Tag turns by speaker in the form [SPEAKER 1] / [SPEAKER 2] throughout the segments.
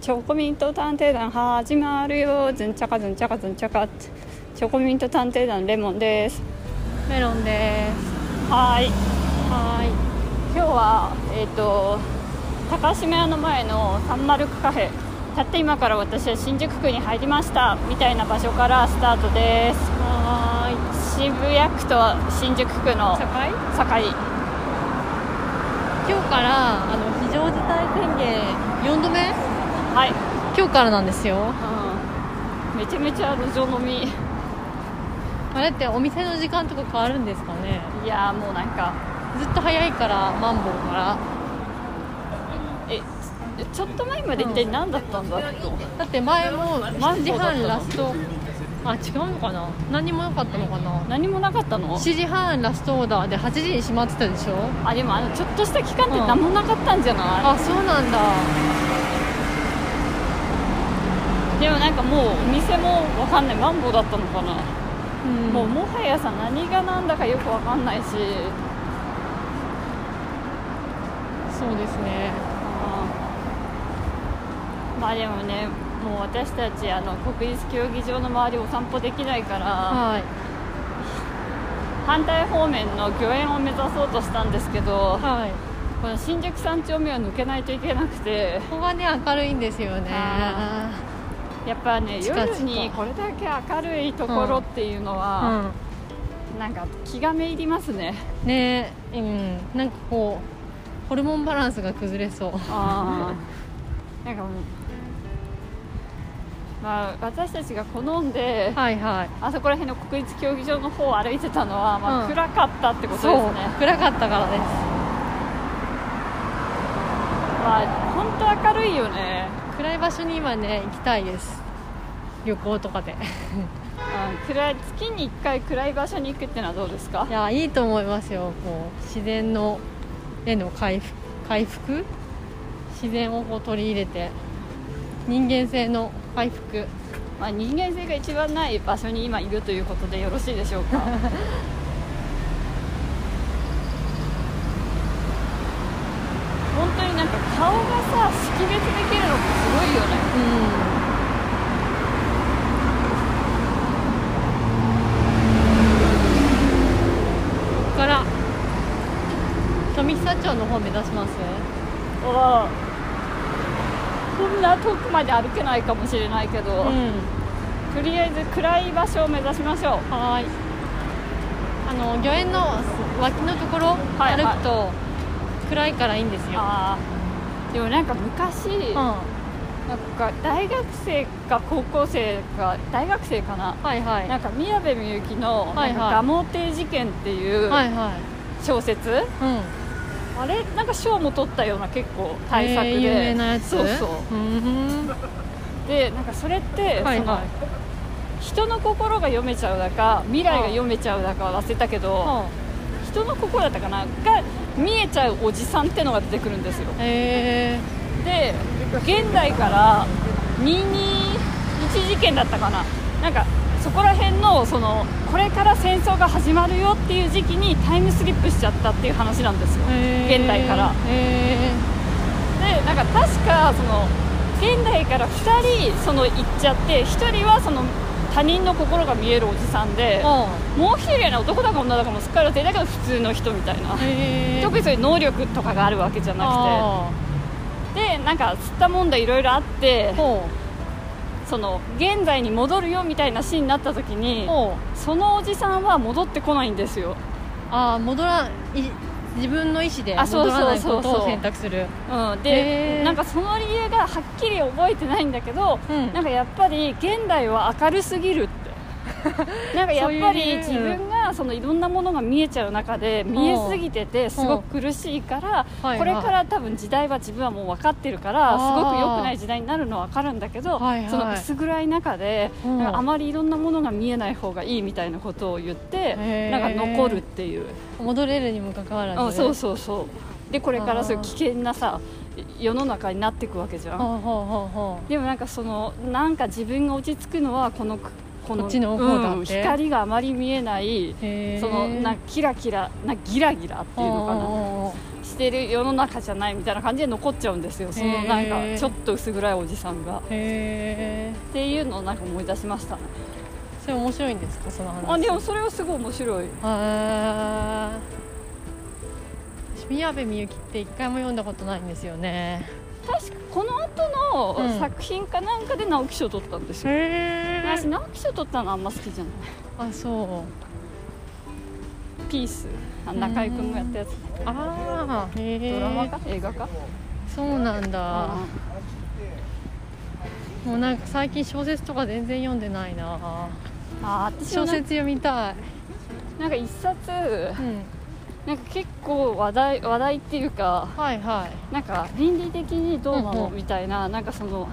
[SPEAKER 1] チョコミント探偵団始まるよずんちゃかずんちゃかずんちゃかチョコミント探偵団レモンです
[SPEAKER 2] メロンです。
[SPEAKER 1] はいはい今日はえっ、と高島屋の前のサンマルクカフェたった今から私は新宿区に入りましたみたいな場所からスタートです
[SPEAKER 2] は
[SPEAKER 1] 渋谷区と新宿区の
[SPEAKER 2] ーい。社会？
[SPEAKER 1] 境
[SPEAKER 2] 今日からあの非常事態宣言四度目？
[SPEAKER 1] はい、
[SPEAKER 2] 今日からなんですよ。
[SPEAKER 1] めちゃめちゃ路上飲み
[SPEAKER 2] あれってお店の時間とか変わるんですかね？
[SPEAKER 1] いやーもうなんか
[SPEAKER 2] ずっと早いからマンボウから。
[SPEAKER 1] えちょっと前まで一体何だったんだろう
[SPEAKER 2] だって前も7時半ラスト。あ違うのかな？何もなかったのかな？
[SPEAKER 1] 何もなかったの
[SPEAKER 2] 7時半ラストオーダーで8時に閉まってたでしょ？
[SPEAKER 1] あでもあのちょっとした期間って
[SPEAKER 2] うん
[SPEAKER 1] 何もなかったんじゃな
[SPEAKER 2] あそうなんだ。
[SPEAKER 1] い、でもなんかもうお店もわかんないマンボウだったのかな、
[SPEAKER 2] うん
[SPEAKER 1] もうもはやさ何が何だかよくわかんないし
[SPEAKER 2] そうですね。
[SPEAKER 1] まあでもねもう私たちあの国立競技場の周りお散歩できないから、
[SPEAKER 2] はい
[SPEAKER 1] 反対方面の御苑を目指そうとしたんですけど、
[SPEAKER 2] はい。
[SPEAKER 1] この新宿三丁目を抜けないといけなくて
[SPEAKER 2] ここがね明るいんですよね。
[SPEAKER 1] あやっぱね
[SPEAKER 2] 近々
[SPEAKER 1] 夜にこれだけ明るいところっていうの
[SPEAKER 2] う
[SPEAKER 1] は、
[SPEAKER 2] ん。
[SPEAKER 1] なんか気がめいりますね
[SPEAKER 2] ねえうんなんかこうホルモンバランスが崩れそう
[SPEAKER 1] あーなんかもうまあ私たちが好んで、
[SPEAKER 2] はいはい
[SPEAKER 1] あそこら辺の国立競技場の方を歩いてたのは、まあ
[SPEAKER 2] うん
[SPEAKER 1] 暗かったってことです
[SPEAKER 2] そう
[SPEAKER 1] ね
[SPEAKER 2] 暗かったからで
[SPEAKER 1] まあ本当明るいよね、
[SPEAKER 2] す暗い場所に今ね行きたいです旅行 とかで
[SPEAKER 1] うん、暗い月に1回暗い場所に行くってのはどうですか
[SPEAKER 2] いやいいと思いますよこう自然のへの回復回復自然をこう取り入れて人間性の回復
[SPEAKER 1] まあ、人間性が一番ない場所に今いるということでよろしいでしょう か本当になんか顔がさ識別できるのってすごいよね
[SPEAKER 2] うんここから富久町の方目指します
[SPEAKER 1] ああこんな遠くまで歩けないかもしれないけど、
[SPEAKER 2] ん
[SPEAKER 1] とりあえず暗い場所を目指しましょう
[SPEAKER 2] はーいあの御苑の脇のところ
[SPEAKER 1] はい
[SPEAKER 2] 歩くと暗いからいいんですよ、
[SPEAKER 1] ああでもなんか昔、なんか大学生か高校生か大学生かな
[SPEAKER 2] うんはいはい
[SPEAKER 1] なんか宮部みゆきの「
[SPEAKER 2] は
[SPEAKER 1] ない
[SPEAKER 2] はい
[SPEAKER 1] んか蒲生亭事件」っていう
[SPEAKER 2] はいはい
[SPEAKER 1] 小説、
[SPEAKER 2] うん
[SPEAKER 1] あれなんか賞も取ったような結構大作で、
[SPEAKER 2] えー有名なやつ
[SPEAKER 1] そうそう
[SPEAKER 2] うーんは
[SPEAKER 1] でなんかそれって、
[SPEAKER 2] いはい
[SPEAKER 1] その人の心が読めちゃうだか未来が読めちゃうだか忘れたけど、
[SPEAKER 2] は
[SPEAKER 1] 人の心だったかなが見えちゃうおじさんってのが出てくるんですよ
[SPEAKER 2] あえ
[SPEAKER 1] で現代から221事件だったかななんかそこら辺のそのこれから戦争が始まるよっていう時期にタイムスリップしちゃったっていう話なんですよ、
[SPEAKER 2] ーえー
[SPEAKER 1] 現代から
[SPEAKER 2] え
[SPEAKER 1] でなんか確かその現代から2人その行っちゃって1人はその他人の心が見えるおじさんで
[SPEAKER 2] ー、うん
[SPEAKER 1] もう1人はね男だか女だかもすっかり忘れたけど普通の人みたいな
[SPEAKER 2] へー
[SPEAKER 1] 特にそういう能力とかがあるわけじゃな
[SPEAKER 2] あ
[SPEAKER 1] くてでなんか吸ったもんだいろいろあって
[SPEAKER 2] ーほ
[SPEAKER 1] その現在に戻るよみたいなシーンになった時
[SPEAKER 2] う
[SPEAKER 1] に
[SPEAKER 2] ほう
[SPEAKER 1] そのおじさんは戻ってこないんですよ、
[SPEAKER 2] あー戻らい自分の意思で
[SPEAKER 1] あそう
[SPEAKER 2] 戻
[SPEAKER 1] そう
[SPEAKER 2] らない
[SPEAKER 1] そ
[SPEAKER 2] こ
[SPEAKER 1] う
[SPEAKER 2] と
[SPEAKER 1] そう
[SPEAKER 2] を選択する
[SPEAKER 1] うん、
[SPEAKER 2] へ
[SPEAKER 1] で
[SPEAKER 2] ー
[SPEAKER 1] なんかその理由がはっきり覚えてないんだけど、
[SPEAKER 2] うん
[SPEAKER 1] なんかやっぱり現代は明るすぎるって なんかやっぱ
[SPEAKER 2] そうい
[SPEAKER 1] り
[SPEAKER 2] う理由
[SPEAKER 1] 自分がそのいろんなものが見えちゃう中で見えすぎててすごく苦しいから
[SPEAKER 2] はい
[SPEAKER 1] これから多分時代は自分はもう分かってるから
[SPEAKER 2] あ
[SPEAKER 1] す
[SPEAKER 2] ー
[SPEAKER 1] ごく良くない時代になるのは分かるんだけど
[SPEAKER 2] はいはい
[SPEAKER 1] その薄暗い中で
[SPEAKER 2] うん
[SPEAKER 1] なんかあまりいろんなものが見えない方がいいみたいなことを言って
[SPEAKER 2] へー
[SPEAKER 1] なんか残るっていう。
[SPEAKER 2] 戻れるにもかかわらず
[SPEAKER 1] あそうそうそうでこれからそういう危険なさ世の中になっていくわけじゃん
[SPEAKER 2] ほうほうほうほ
[SPEAKER 1] でもなんかそのなんか自分が落ち着くのはこのこの
[SPEAKER 2] こっちの方だって
[SPEAKER 1] うん光があまり見えないう
[SPEAKER 2] へー
[SPEAKER 1] そのなキラキラなギラギラっていうのかな
[SPEAKER 2] ほうほうほう
[SPEAKER 1] してる世の中じゃないみたいな感じで残っちゃうんですよそのなん
[SPEAKER 2] へ
[SPEAKER 1] か
[SPEAKER 2] ー
[SPEAKER 1] ちょっと薄暗いおじさんが
[SPEAKER 2] へえ
[SPEAKER 1] っていうのをなんか思い出しましたね
[SPEAKER 2] それ面白いんですかその話
[SPEAKER 1] あでもそれはすごい面白い
[SPEAKER 2] あー宮部みゆきって一回も読んだことないんですよね
[SPEAKER 1] 確かこの後
[SPEAKER 2] うん
[SPEAKER 1] の作品かなんかで直木賞取ったんですよ、
[SPEAKER 2] へ
[SPEAKER 1] 私直木賞取ったのあんま好きじゃない
[SPEAKER 2] あそう
[SPEAKER 1] ピースあ中居君がやったやつ
[SPEAKER 2] ああへ
[SPEAKER 1] ド
[SPEAKER 2] え
[SPEAKER 1] ラマか映画か
[SPEAKER 2] そうなんだもうなんか最近小説とか全然読んでないな
[SPEAKER 1] あー私
[SPEAKER 2] 小
[SPEAKER 1] はな
[SPEAKER 2] 説読みたい、
[SPEAKER 1] なんか一冊
[SPEAKER 2] うん、
[SPEAKER 1] なんか結構話題話題っていうか
[SPEAKER 2] はいはい
[SPEAKER 1] なんか倫理的にどうな
[SPEAKER 2] うん
[SPEAKER 1] の
[SPEAKER 2] うん
[SPEAKER 1] みたいななんかその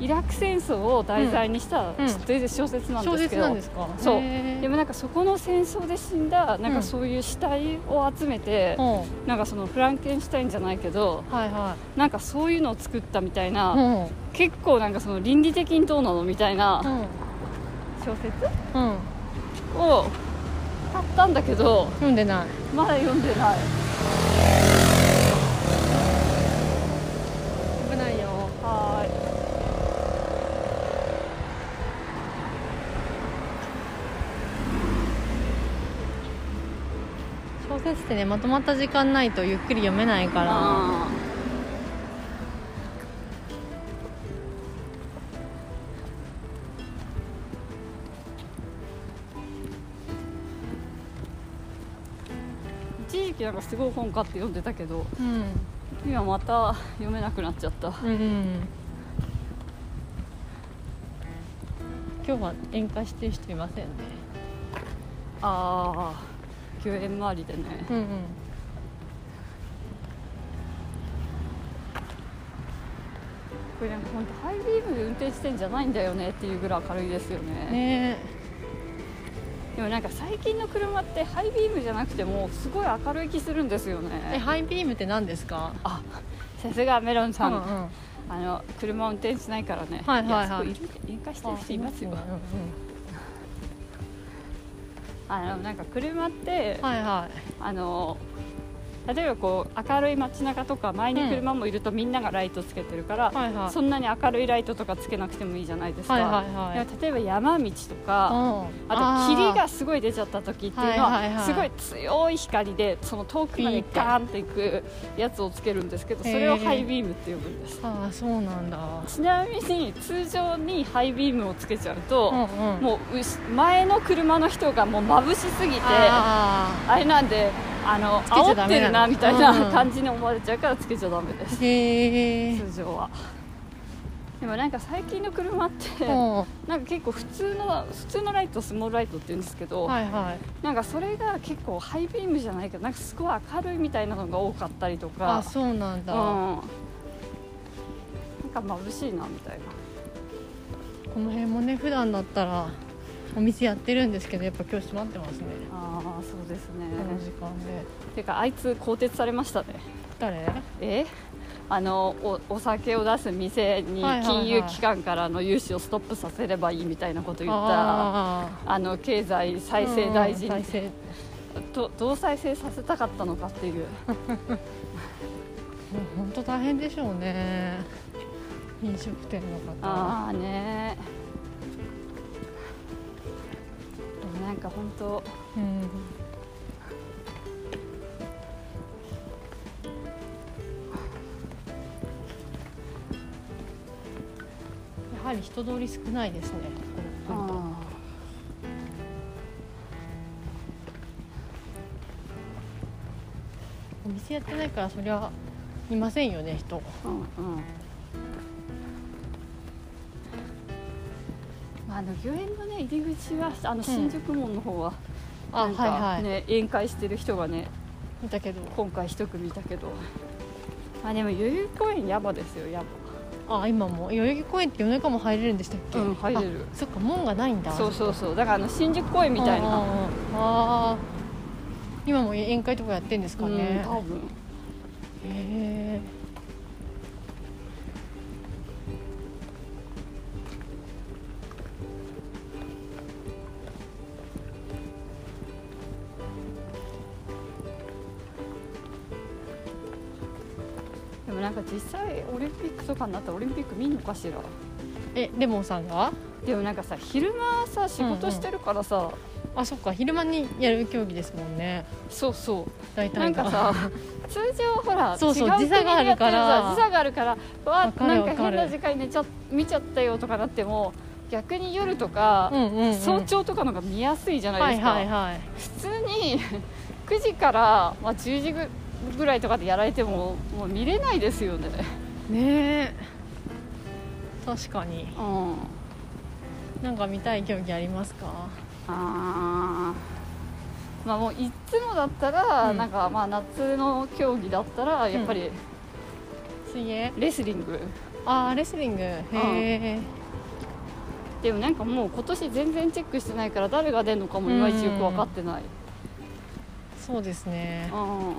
[SPEAKER 1] イラク戦争を題材にした
[SPEAKER 2] うん
[SPEAKER 1] ちょっと全然小説なん
[SPEAKER 2] 小
[SPEAKER 1] ですけ
[SPEAKER 2] 説
[SPEAKER 1] ど
[SPEAKER 2] なんですか
[SPEAKER 1] そう
[SPEAKER 2] へー
[SPEAKER 1] でもなんかそこの戦争で死んだなん
[SPEAKER 2] う
[SPEAKER 1] か
[SPEAKER 2] ん
[SPEAKER 1] そういう死体を集めて
[SPEAKER 2] うん
[SPEAKER 1] なんかそのフランケンシュタインじゃないけど
[SPEAKER 2] はいは
[SPEAKER 1] なんかそういうのを作ったみたい
[SPEAKER 2] いうん
[SPEAKER 1] な結構なんかその倫理的にどうなのみたいな小説
[SPEAKER 2] うんうん
[SPEAKER 1] を買ったんだけど
[SPEAKER 2] 読んでない
[SPEAKER 1] まだ読んでない
[SPEAKER 2] 危ないよ
[SPEAKER 1] はーい
[SPEAKER 2] 小説ってねまとまった時間ないとゆっくり読めないから
[SPEAKER 1] あー一時期なんかすごい本買って読んでたけど
[SPEAKER 2] うん
[SPEAKER 1] 今また読めなくなっちゃった
[SPEAKER 2] うんうん今日は宴会してる人いませんね
[SPEAKER 1] あー救援周りでね
[SPEAKER 2] うんうん
[SPEAKER 1] これなんか本当ハイビームで運転してんじゃないんだよねっていうぐらい明るいですよね
[SPEAKER 2] ね
[SPEAKER 1] でもなんか最近の車ってハイビームじゃなくてもすごい明るい気するんですよ
[SPEAKER 2] ええ
[SPEAKER 1] ね
[SPEAKER 2] ハイビームって何ですか
[SPEAKER 1] あさすがメロンさん、
[SPEAKER 2] うんうん
[SPEAKER 1] あの車運転しないからね
[SPEAKER 2] はいはいはい
[SPEAKER 1] やそこ引火してる人いますよ
[SPEAKER 2] うんうん
[SPEAKER 1] あのなんか車って、
[SPEAKER 2] うんはいは
[SPEAKER 1] あの例えばこう明るい街中とか前に車もいるとみんながライトつけてるから、
[SPEAKER 2] いはいはい
[SPEAKER 1] そんなに明るいライトとかつけなくてもいいじゃないですか、
[SPEAKER 2] はいはいはい
[SPEAKER 1] でも例えば山道とか、
[SPEAKER 2] うん
[SPEAKER 1] あと霧
[SPEAKER 2] あ
[SPEAKER 1] がすごい出ちゃった時っていうの
[SPEAKER 2] はいはいは
[SPEAKER 1] はいすごい強い光でその遠くまでガーンっていくやつをつけるんですけどそれを
[SPEAKER 2] へー
[SPEAKER 1] ハイビームって呼ぶんです
[SPEAKER 2] ーあーそうなんだ
[SPEAKER 1] ちなみに通常にハイビームをつけちゃう
[SPEAKER 2] うん
[SPEAKER 1] と
[SPEAKER 2] うん
[SPEAKER 1] もううし前の車の人がもう眩しすぎてあ
[SPEAKER 2] あ
[SPEAKER 1] れなんであの
[SPEAKER 2] けちゃ
[SPEAKER 1] 煽
[SPEAKER 2] ダ
[SPEAKER 1] って
[SPEAKER 2] メ
[SPEAKER 1] る
[SPEAKER 2] なの
[SPEAKER 1] なみたい
[SPEAKER 2] うんう
[SPEAKER 1] なん感じに思われちゃうからつけちゃダメです
[SPEAKER 2] ーへえ
[SPEAKER 1] 通常はでもなんか最近の車って
[SPEAKER 2] は
[SPEAKER 1] なんか結構普通の普通のライトスモールライトって言うんですけど、
[SPEAKER 2] いはい
[SPEAKER 1] なんかそれが結構ハイビームじゃないけどなんかすごい明るいみたいなのが多かったりとか
[SPEAKER 2] あそうなんだ、
[SPEAKER 1] うん、なんか眩しいなみたいな
[SPEAKER 2] この辺もね普段だったらお店やってるんですけどやっぱ今日閉まってますね
[SPEAKER 1] ああそうですね
[SPEAKER 2] この時間で
[SPEAKER 1] てかあいつ更迭されましたね
[SPEAKER 2] 誰
[SPEAKER 1] えあのおお酒を出す店に
[SPEAKER 2] はいはいはい
[SPEAKER 1] 金融機関からの融資をストップさせればいいみたいなこと言った、
[SPEAKER 2] あ
[SPEAKER 1] あの経済
[SPEAKER 2] あ
[SPEAKER 1] 再生大臣
[SPEAKER 2] うん再生
[SPEAKER 1] とどう再生させたかったのかっていう
[SPEAKER 2] 本当大変でしょうね飲食店の方
[SPEAKER 1] ああねでもなんか本当
[SPEAKER 2] うんやはり人通り少ないですねこ
[SPEAKER 1] あ
[SPEAKER 2] のお店やってないからそりゃいませんよね人
[SPEAKER 1] ーうんうんまああの御苑のね入り口はあの新宿門の方は、
[SPEAKER 2] あ
[SPEAKER 1] なん
[SPEAKER 2] はいは
[SPEAKER 1] か
[SPEAKER 2] い、
[SPEAKER 1] ね、宴会してる人がね
[SPEAKER 2] 見たけど
[SPEAKER 1] 今回一組いたけどまあでも代々木公園やばですよや
[SPEAKER 2] あ今も代々木公園って夜中も入れるんでしたっけ、
[SPEAKER 1] ばうん入れる
[SPEAKER 2] あそっか門がないんだ
[SPEAKER 1] そうそうそうだからあの新宿公園みたい
[SPEAKER 2] うん
[SPEAKER 1] な
[SPEAKER 2] うんうんあー今も宴会とかやってんです
[SPEAKER 1] う
[SPEAKER 2] か
[SPEAKER 1] ん
[SPEAKER 2] ね、
[SPEAKER 1] 多分
[SPEAKER 2] へえ
[SPEAKER 1] でもなんか実際オリンピックとかになったらオリンピック見んのかしら
[SPEAKER 2] えレモンさんが
[SPEAKER 1] でもなんかさ昼間さ仕事してるからさ、
[SPEAKER 2] あそっか昼間にやる競技ですもんね
[SPEAKER 1] そうそう
[SPEAKER 2] 大体が
[SPEAKER 1] なんかさ通常ほら
[SPEAKER 2] そうそう
[SPEAKER 1] 違国
[SPEAKER 2] 時差があるから
[SPEAKER 1] でやってさ時差があるからわ
[SPEAKER 2] わ
[SPEAKER 1] あ
[SPEAKER 2] かる
[SPEAKER 1] なん
[SPEAKER 2] わ
[SPEAKER 1] か
[SPEAKER 2] か
[SPEAKER 1] 変
[SPEAKER 2] る
[SPEAKER 1] な時間に寝ちゃ見ちゃったよとかなっても逆に夜とか、
[SPEAKER 2] うんうん、うん、
[SPEAKER 1] 早朝とかのが見やすいじゃない
[SPEAKER 2] は
[SPEAKER 1] で
[SPEAKER 2] い
[SPEAKER 1] すか、
[SPEAKER 2] はいはい
[SPEAKER 1] 普通に 9時から、まあ、10時ぐぐらいとかでやられてももう見れないですよね、
[SPEAKER 2] ねえ確かに
[SPEAKER 1] うん、
[SPEAKER 2] なんか見たい競技ありますか
[SPEAKER 1] あーまあもういつもだったら、
[SPEAKER 2] うん
[SPEAKER 1] なんかまあ夏の競技だったらやっぱり
[SPEAKER 2] 水泳
[SPEAKER 1] レスリング、
[SPEAKER 2] あーレスリングへえ
[SPEAKER 1] でもなんかもう今年全然チェックしてないから誰が出るのかもいまいちよく分かってない、
[SPEAKER 2] そうですね
[SPEAKER 1] うん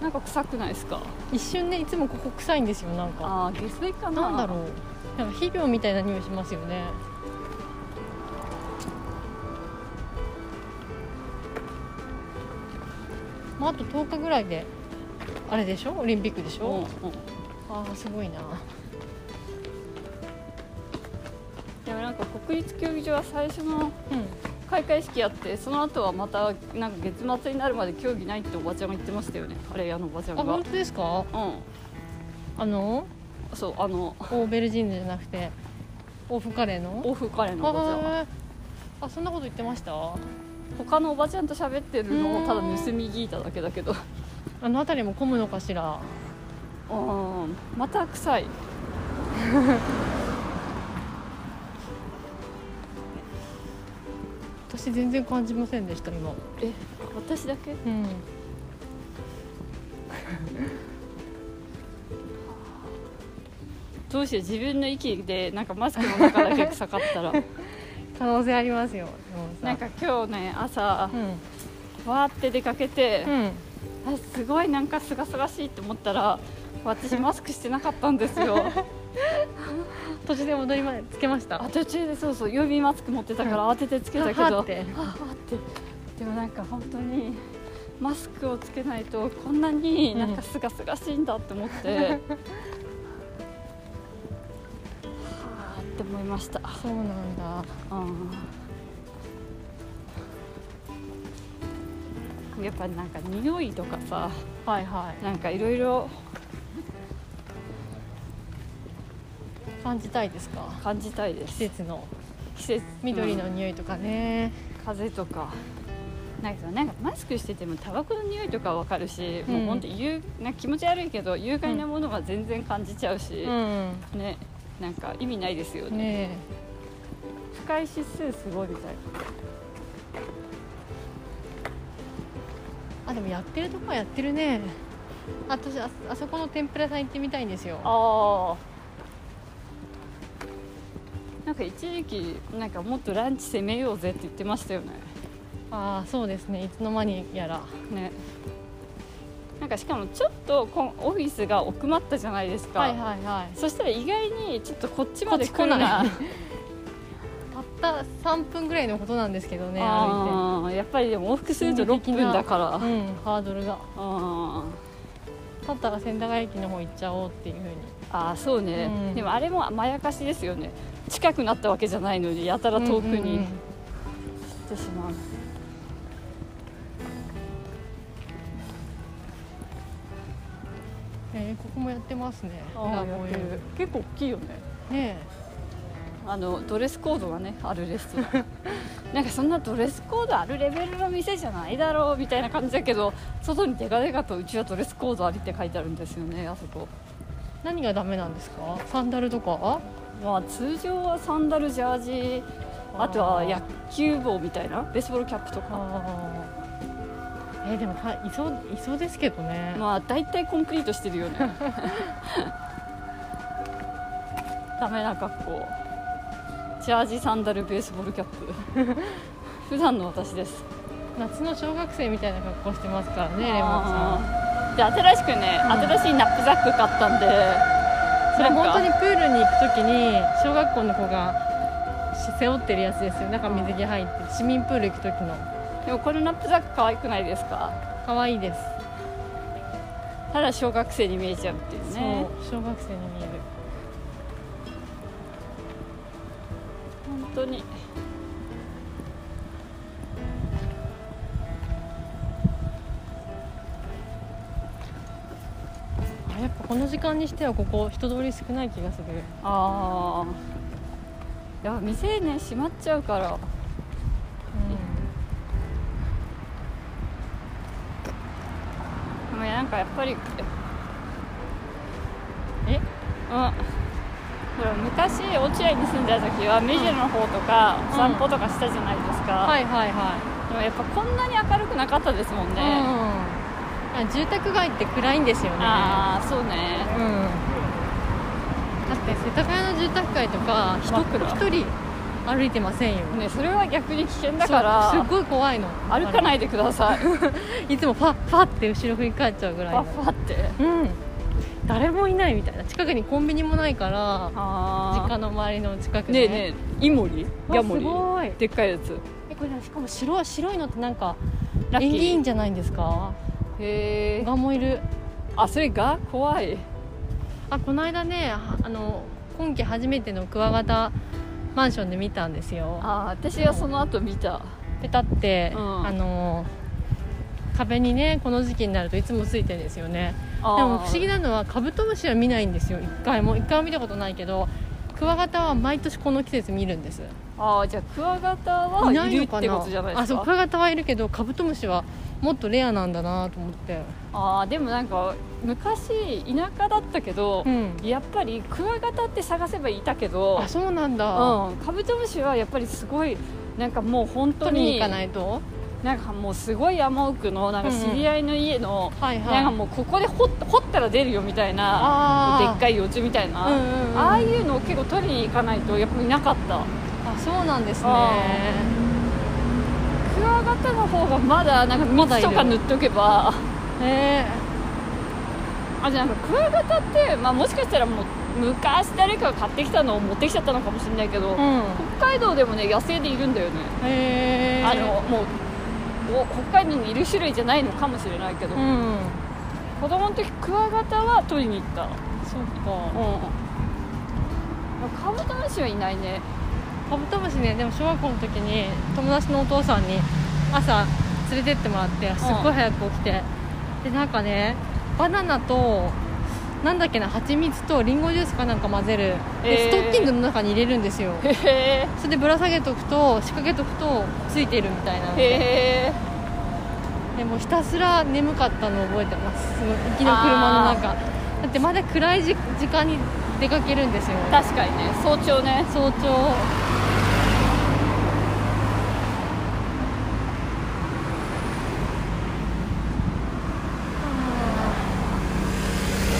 [SPEAKER 1] なんか臭くないですか
[SPEAKER 2] 一瞬ねいつもここ臭いんですよなんか
[SPEAKER 1] ああ下水かな
[SPEAKER 2] なんだろうなんか肥料みたいな匂いしますよねまああと10日ぐらいであれでしょオリンピックでし
[SPEAKER 1] うんう
[SPEAKER 2] ょ
[SPEAKER 1] ん、
[SPEAKER 2] ああすごいな
[SPEAKER 1] でもなんか国立競技場は最初の
[SPEAKER 2] うん
[SPEAKER 1] 開会式やってその後はまたなんか月末になるまで競技ないっておばちゃんが言ってましたよねあれあのおばちゃん
[SPEAKER 2] あ
[SPEAKER 1] が
[SPEAKER 2] 本当ですか
[SPEAKER 1] う
[SPEAKER 2] あの
[SPEAKER 1] んそうあの
[SPEAKER 2] オーベルジーヌじゃなくてオーフカレーの
[SPEAKER 1] オフカレー
[SPEAKER 2] あ
[SPEAKER 1] のおばちゃんは
[SPEAKER 2] ーあそんなこと言ってました
[SPEAKER 1] 他のおばちゃんと喋ってるの
[SPEAKER 2] う
[SPEAKER 1] を
[SPEAKER 2] ん
[SPEAKER 1] ただ盗み聞いただけだけど
[SPEAKER 2] あの辺りも混むのかしら
[SPEAKER 1] うんまた臭い
[SPEAKER 2] 私全然感じませんでした今
[SPEAKER 1] え私だけ
[SPEAKER 2] うん
[SPEAKER 1] どうしよう自分の息でなんかマスクの中だけ臭かった ら
[SPEAKER 2] 可能性ありますよ山本さ
[SPEAKER 1] なんか今日ね朝
[SPEAKER 2] う
[SPEAKER 1] わーって出かけて、
[SPEAKER 2] んうん
[SPEAKER 1] あすごいなんかすがすがしいって思ったら私マスクしてなかったんですよ
[SPEAKER 2] 途中で戻りまつけました
[SPEAKER 1] あ途中でそうそう予備マスク持ってたから慌ててつけたけど、
[SPEAKER 2] はって
[SPEAKER 1] ああってでもなんか本当にマスクをつけないとこんなになんかすがすがしいんだって思っ て、はあって思いました、
[SPEAKER 2] そうなんだ
[SPEAKER 1] うん、やっぱなんか匂いとかさ
[SPEAKER 2] はいはい
[SPEAKER 1] なんかいろいろ
[SPEAKER 2] 感じたいですか
[SPEAKER 1] 感じたいで
[SPEAKER 2] 季
[SPEAKER 1] す
[SPEAKER 2] 節の
[SPEAKER 1] 季節
[SPEAKER 2] 緑の匂いとかね
[SPEAKER 1] 風とかなんかさなんかマスクしててもタバコの匂いとかわかるし、もう本当ゆなんか気持ち悪いけど有害なものは全然感じちゃうし、
[SPEAKER 2] ん
[SPEAKER 1] ねなんか意味ないですよね
[SPEAKER 2] ね
[SPEAKER 1] 不快指数すごいみたい
[SPEAKER 2] えあでもやってるとこはやってるねあ私ああそこの天ぷら屋さん行ってみたいんですよ
[SPEAKER 1] ああなんか一時期なんかもっとランチ攻めようぜって言ってましたよね
[SPEAKER 2] ああそうですねいつの間にやら
[SPEAKER 1] ねなんかしかもちょっとこんオフィスが奥まったじゃないですか、
[SPEAKER 2] はいはいはい
[SPEAKER 1] そしたら意外にちょっとこっちまで来
[SPEAKER 2] こっち来
[SPEAKER 1] る
[SPEAKER 2] な
[SPEAKER 1] ない
[SPEAKER 2] たった3分ぐらいのことなんですけどね歩
[SPEAKER 1] あーやっぱりでも往復すると
[SPEAKER 2] 心理
[SPEAKER 1] 6
[SPEAKER 2] 的
[SPEAKER 1] 分
[SPEAKER 2] な
[SPEAKER 1] だから、
[SPEAKER 2] いてうんハードルが
[SPEAKER 1] あ
[SPEAKER 2] だったら千駄ヶ谷駅の方行っちゃおうっていうふうに
[SPEAKER 1] あーそうね、
[SPEAKER 2] うん
[SPEAKER 1] でもあれもまやかしですよね近くなったわけじゃないのにやたら遠く
[SPEAKER 2] うんう
[SPEAKER 1] に行
[SPEAKER 2] んうん
[SPEAKER 1] ってしまう,、
[SPEAKER 2] えーここもやってますね
[SPEAKER 1] あーやってる結構大きいよね
[SPEAKER 2] ね
[SPEAKER 1] あのドレスコードがねあるレストラン なんかそんなドレスコードあるレベルの店じゃないだろうみたいな感じだけど外にデカデカとうちはドレスコードありって書いてあるんですよねあそこ
[SPEAKER 2] え何がダメなんですかサンダルとか
[SPEAKER 1] まあ通常はサンダルジャージあとは野球帽みたいなベースボールキャップとか
[SPEAKER 2] あーえーでもたいそういそうですけどね、
[SPEAKER 1] まあ大体コンプリートしてるよねダメな格好ジャージサンダルベースボールキャップ普段の私です
[SPEAKER 2] 夏の小学生みたいな格好してますからねレモンさ
[SPEAKER 1] あーで新しくね、
[SPEAKER 2] うん
[SPEAKER 1] 新しいナップザック買ったんで
[SPEAKER 2] んそれ
[SPEAKER 1] なん
[SPEAKER 2] 本
[SPEAKER 1] か
[SPEAKER 2] 当にプールに行く時に小学校の子がし背負ってるやつですよ中水着入って市民プール行く時の
[SPEAKER 1] でもこのナップザック可愛くないですか
[SPEAKER 2] 可愛いです、
[SPEAKER 1] ただ小学生に見えちゃうっていうね
[SPEAKER 2] そう小学生に見える
[SPEAKER 1] 本当に
[SPEAKER 2] あやっぱこの時間にしてはここ人通り少ない気がする
[SPEAKER 1] ああいや店ね閉まっちゃうからでもなんかやっぱり
[SPEAKER 2] え
[SPEAKER 1] うんほら昔落合に住んでた時は目白の方とかお散歩とかしたじゃないですか、
[SPEAKER 2] はいはいは
[SPEAKER 1] でもやっぱこんなに明るくなかったですもんね、
[SPEAKER 2] い、うんあ住宅街って暗いんですよね
[SPEAKER 1] ああそうね
[SPEAKER 2] うんだって世田谷の住宅街とか人
[SPEAKER 1] 真っ暗
[SPEAKER 2] 一人歩いてませんよ
[SPEAKER 1] ねそれは逆に危険だから
[SPEAKER 2] そうすっごい怖いの
[SPEAKER 1] 歩かないいでください
[SPEAKER 2] いつもパッパッって後ろ振り返っちゃうぐらい
[SPEAKER 1] パ
[SPEAKER 2] の
[SPEAKER 1] ッパって
[SPEAKER 2] うん誰もいないみたいな近くにコンビニもないから
[SPEAKER 1] あ
[SPEAKER 2] 実家の周りの近く
[SPEAKER 1] ね
[SPEAKER 2] で
[SPEAKER 1] えねえイモリ
[SPEAKER 2] わ
[SPEAKER 1] ヤモリ
[SPEAKER 2] すごい
[SPEAKER 1] でっかいやつ
[SPEAKER 2] えこれねしかも白い白いのってなんか
[SPEAKER 1] ラッキ
[SPEAKER 2] 縁起いい
[SPEAKER 1] ー
[SPEAKER 2] んじゃないんですか
[SPEAKER 1] へえ
[SPEAKER 2] ガもいる
[SPEAKER 1] あそれが怖い
[SPEAKER 2] あこの間ねああの今季初めてのクワガタマンションで見たんですよ
[SPEAKER 1] あ私はその後見た
[SPEAKER 2] ペタって、
[SPEAKER 1] うん
[SPEAKER 2] あの壁にねこの時期になるといつもついてるんですよね
[SPEAKER 1] あー
[SPEAKER 2] でも不思議なのはカブトムシは見ないんですよ一回も一回も見たことないけどクワガタは毎年この季節見るんです
[SPEAKER 1] あーじゃあクワガタ
[SPEAKER 2] い
[SPEAKER 1] は
[SPEAKER 2] ない
[SPEAKER 1] いる
[SPEAKER 2] の
[SPEAKER 1] っ
[SPEAKER 2] か
[SPEAKER 1] てこ
[SPEAKER 2] な
[SPEAKER 1] とじゃないで
[SPEAKER 2] あ
[SPEAKER 1] す
[SPEAKER 2] そう
[SPEAKER 1] か
[SPEAKER 2] クワガタはいるけどカブトムシはもっとレアなんだなと思って
[SPEAKER 1] あーでもなんか昔田舎だったけど
[SPEAKER 2] う、ん
[SPEAKER 1] やっぱりクワガタって探せばいたけど
[SPEAKER 2] あそうなんだ、
[SPEAKER 1] うん、カブトムシはやっぱりすごいなんかもう本当
[SPEAKER 2] 取りに
[SPEAKER 1] に
[SPEAKER 2] 行かないと
[SPEAKER 1] なんかもうすごい山奥のなんか知り合いの家の、
[SPEAKER 2] はいはい
[SPEAKER 1] なんかもうここで掘っ掘ったら出るよみたいなで
[SPEAKER 2] あ
[SPEAKER 1] っ
[SPEAKER 2] い
[SPEAKER 1] かい幼虫みたいな、
[SPEAKER 2] うんうんうん
[SPEAKER 1] ああいうのを結構取りに行かないとやっぱりなかった
[SPEAKER 2] あそうなんですね
[SPEAKER 1] あクワガタの方がまだなんか
[SPEAKER 2] まだい
[SPEAKER 1] 蜜
[SPEAKER 2] る
[SPEAKER 1] とか塗っとけば
[SPEAKER 2] え
[SPEAKER 1] あじゃあなんかクワガタって、まあ、もしかしたらもう昔誰かが買ってきたのを持ってきちゃったのかもしれないけど、
[SPEAKER 2] ー、うん
[SPEAKER 1] 北海道でもね野生でいるんだよね、
[SPEAKER 2] えー、
[SPEAKER 1] あのもうお北海道にいる種類じゃないのかもしれないけど、
[SPEAKER 2] うん
[SPEAKER 1] 子供の時クワガタは取りに行った
[SPEAKER 2] そっ
[SPEAKER 1] う
[SPEAKER 2] か
[SPEAKER 1] んカブトムシはいないね
[SPEAKER 2] カブトムシねでも小学校の時に友達のお父さんに朝連れてってもらってすっごい早く起きて、でなんかねバナナとなんだっけな蜂蜜とリンゴジュースかなんか混ぜる、で
[SPEAKER 1] えー
[SPEAKER 2] ストッキングの中に入れるんですよ
[SPEAKER 1] へえ
[SPEAKER 2] それでぶら下げとくと仕掛けとくとついてるみたいなので
[SPEAKER 1] へえ
[SPEAKER 2] でもひたすら眠かったのを覚えてますその行きの車の中だってまだ暗いじ時間に出かけるんですよ
[SPEAKER 1] 確かにね早朝ね
[SPEAKER 2] 早朝い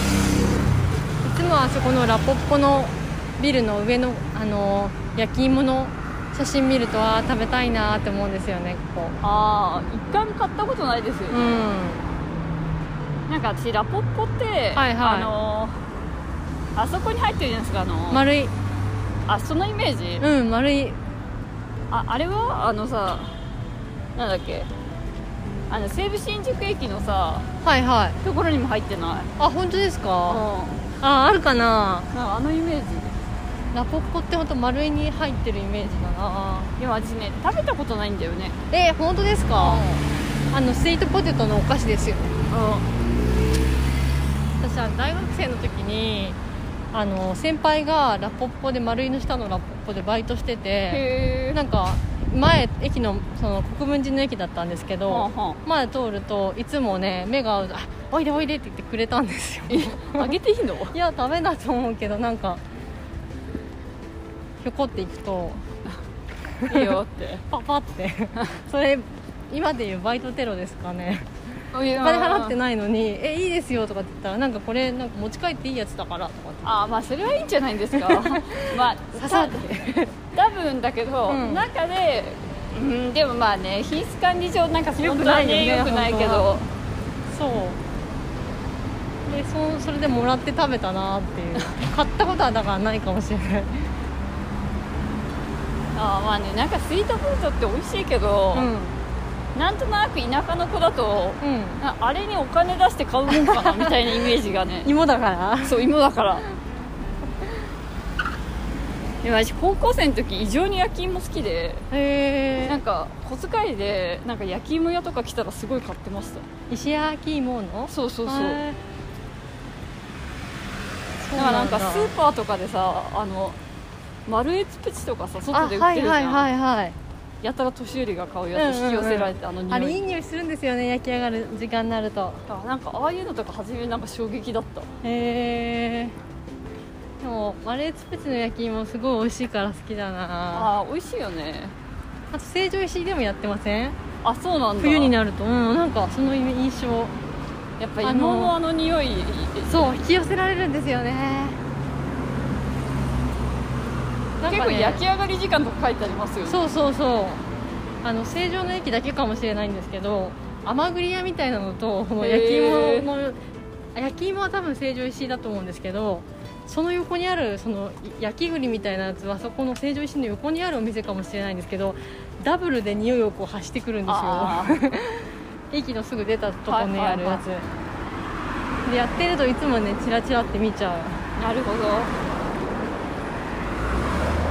[SPEAKER 2] つもあそこのラポッコのビルの上のあの焼き芋の写真見るとあー食べたいなーって思うんですよねこ
[SPEAKER 1] ああ一回も買ったことないですよ
[SPEAKER 2] こう
[SPEAKER 1] ね、
[SPEAKER 2] ん
[SPEAKER 1] なんか私ラポッコって、
[SPEAKER 2] はいはい
[SPEAKER 1] あのーあそこに入ってるじゃないですかあのー、
[SPEAKER 2] 丸い
[SPEAKER 1] あそのイメージ、
[SPEAKER 2] うん丸い
[SPEAKER 1] ああれはあのさなんだっけあの西武新宿駅のさ
[SPEAKER 2] はいはい
[SPEAKER 1] ところにも入ってない
[SPEAKER 2] あ本当です
[SPEAKER 1] うん
[SPEAKER 2] かああるかな
[SPEAKER 1] なんかあのイメージ
[SPEAKER 2] ラポッコって本当丸いに入ってるイメージだな
[SPEAKER 1] でも私ね食べたことないんだよね
[SPEAKER 2] え本当ですかあのスイートポテトのお菓子ですよ
[SPEAKER 1] う
[SPEAKER 2] 私は大学生の時にあの先輩がラポッポで丸井の下のラポッポでバイトして
[SPEAKER 1] ん
[SPEAKER 2] て
[SPEAKER 1] へえ
[SPEAKER 2] なんか前駅のその国分寺の駅だったんですけ
[SPEAKER 1] はあ
[SPEAKER 2] ど
[SPEAKER 1] は
[SPEAKER 2] 前通るといつもね目が合うとあおいでおいで」って言ってくれたんですよ
[SPEAKER 1] ああげていいの
[SPEAKER 2] いやダメだと思うけどなんかひょこっていくと
[SPEAKER 1] いいよって
[SPEAKER 2] パパってそれ今でいうバイトテロですかね
[SPEAKER 1] お
[SPEAKER 2] お金払ってないのに「えいいですよ」とかって言ったら「なんかこれなんか持ち帰っていいやつだから」とかって
[SPEAKER 1] ああまあそれはいいんじゃないです かまあ
[SPEAKER 2] 刺
[SPEAKER 1] た
[SPEAKER 2] さって
[SPEAKER 1] 多分だけど、
[SPEAKER 2] うん
[SPEAKER 1] 中でうんでもまあね品質管理上なんか
[SPEAKER 2] 良
[SPEAKER 1] 本
[SPEAKER 2] く
[SPEAKER 1] 当は
[SPEAKER 2] ないよ
[SPEAKER 1] ね
[SPEAKER 2] ね
[SPEAKER 1] よくないけ
[SPEAKER 2] 本
[SPEAKER 1] ど
[SPEAKER 2] そうでそそれでもらって食べたなって いう買ったことはだからないかもしれない
[SPEAKER 1] ああまあねなんかスイートポテトって美味しいけど、
[SPEAKER 2] うん
[SPEAKER 1] なんとなく田舎の子だと
[SPEAKER 2] うん
[SPEAKER 1] ああれにお金出して買うもんかなみたいなイメージが ね
[SPEAKER 2] 芋だから
[SPEAKER 1] そう芋だからでも私高校生の時異常に焼き芋好きで
[SPEAKER 2] へ
[SPEAKER 1] なん
[SPEAKER 2] え
[SPEAKER 1] か小遣いでなんか焼き芋屋とか来たらすごい買ってました
[SPEAKER 2] 石焼き芋の
[SPEAKER 1] そうそうそう
[SPEAKER 2] へえそう
[SPEAKER 1] だからなんか
[SPEAKER 2] だ
[SPEAKER 1] スーパーとかでさあのマルエツプチとかさ外で売ってるじゃん、
[SPEAKER 2] あはいはいはいはい
[SPEAKER 1] やたら年寄りが買うやつ
[SPEAKER 2] うんうんうん
[SPEAKER 1] 引き寄せられて、あ
[SPEAKER 2] あ
[SPEAKER 1] の
[SPEAKER 2] れ
[SPEAKER 1] 匂
[SPEAKER 2] いい
[SPEAKER 1] い
[SPEAKER 2] 匂いするんですよね焼き上がる時間になると
[SPEAKER 1] だからなんかああいうのとか初めなんか衝撃だった
[SPEAKER 2] へえでもマレーツプチの焼き芋すごい美味しいから好きだなあ
[SPEAKER 1] ああ美味しいよね
[SPEAKER 2] と成城石井でもやってません
[SPEAKER 1] あそうなんだ
[SPEAKER 2] 冬になるとうんなんかその印象
[SPEAKER 1] やっぱ芋のあの匂い
[SPEAKER 2] そう引き寄せられるんですよねなん
[SPEAKER 1] 結
[SPEAKER 2] か
[SPEAKER 1] 構
[SPEAKER 2] ね
[SPEAKER 1] 焼き上がり時間とか書いてありますよね
[SPEAKER 2] そうそうそうあの成城の駅だけかもしれないんですけど甘栗屋みたいなのとこの焼き芋のあ焼き芋は多分成城石井だと思うんですけどその横にあるそのい焼き栗みたいなやつはそこの成城石井の横にあるお店かもしれないんですけどダブルで匂いをこう発してくるんですよ
[SPEAKER 1] あー
[SPEAKER 2] 駅のすぐ出たとこに
[SPEAKER 1] はいは
[SPEAKER 2] あ
[SPEAKER 1] いはい
[SPEAKER 2] るやつ、でやってるといつもねチラチラって見ちゃう
[SPEAKER 1] なるほど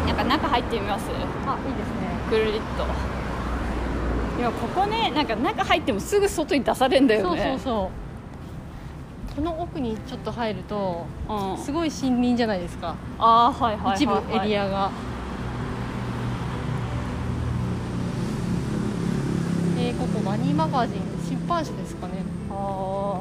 [SPEAKER 1] なんか中入ってみます
[SPEAKER 2] あいいですね
[SPEAKER 1] くるりっといやここねなんか中入ってもすぐ外に出されるんだよ
[SPEAKER 2] そう
[SPEAKER 1] ね
[SPEAKER 2] そうそうこの奥にちょっと入ると
[SPEAKER 1] うん
[SPEAKER 2] すごい森林じゃないですか、
[SPEAKER 1] ああはいはいはい、はい、
[SPEAKER 2] 一部エリアが、えーここマニーマガジン出版社ですかね
[SPEAKER 1] あ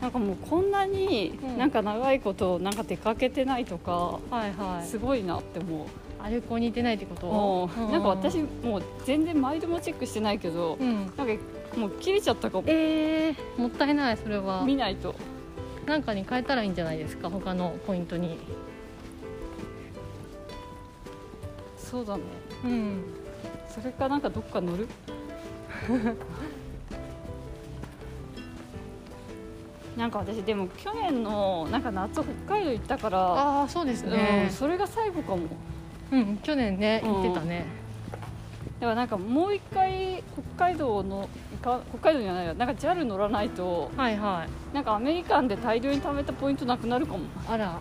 [SPEAKER 1] ーなんかもうこんなに
[SPEAKER 2] うん
[SPEAKER 1] なんか長いことなんか出かけてないとか、
[SPEAKER 2] はいは
[SPEAKER 1] すごいなって思う
[SPEAKER 2] あれこに出ないってこと
[SPEAKER 1] も
[SPEAKER 2] う
[SPEAKER 1] うなんか私もう全然毎度もチェックしてないけど、
[SPEAKER 2] うん
[SPEAKER 1] なんかもう切れちゃったかも
[SPEAKER 2] えー、もったいないそれは
[SPEAKER 1] 見ないと
[SPEAKER 2] なんかに変えたらいいんじゃないですか他のポイントに
[SPEAKER 1] そうだね
[SPEAKER 2] うん
[SPEAKER 1] それかなんかどっか乗 るなんか私でも去年のなんか夏北海道行ったから、
[SPEAKER 2] ああそうです
[SPEAKER 1] う
[SPEAKER 2] ね
[SPEAKER 1] ん、それが最後かも
[SPEAKER 2] うん、去年ね
[SPEAKER 1] うん
[SPEAKER 2] 行ってたね、
[SPEAKER 1] だからなんかもう一回北海道のいか北海道じゃないやなんか JAL 乗らないと
[SPEAKER 2] はいはい
[SPEAKER 1] なんかアメリカンで大量に貯めたポイントなくなるかも
[SPEAKER 2] あら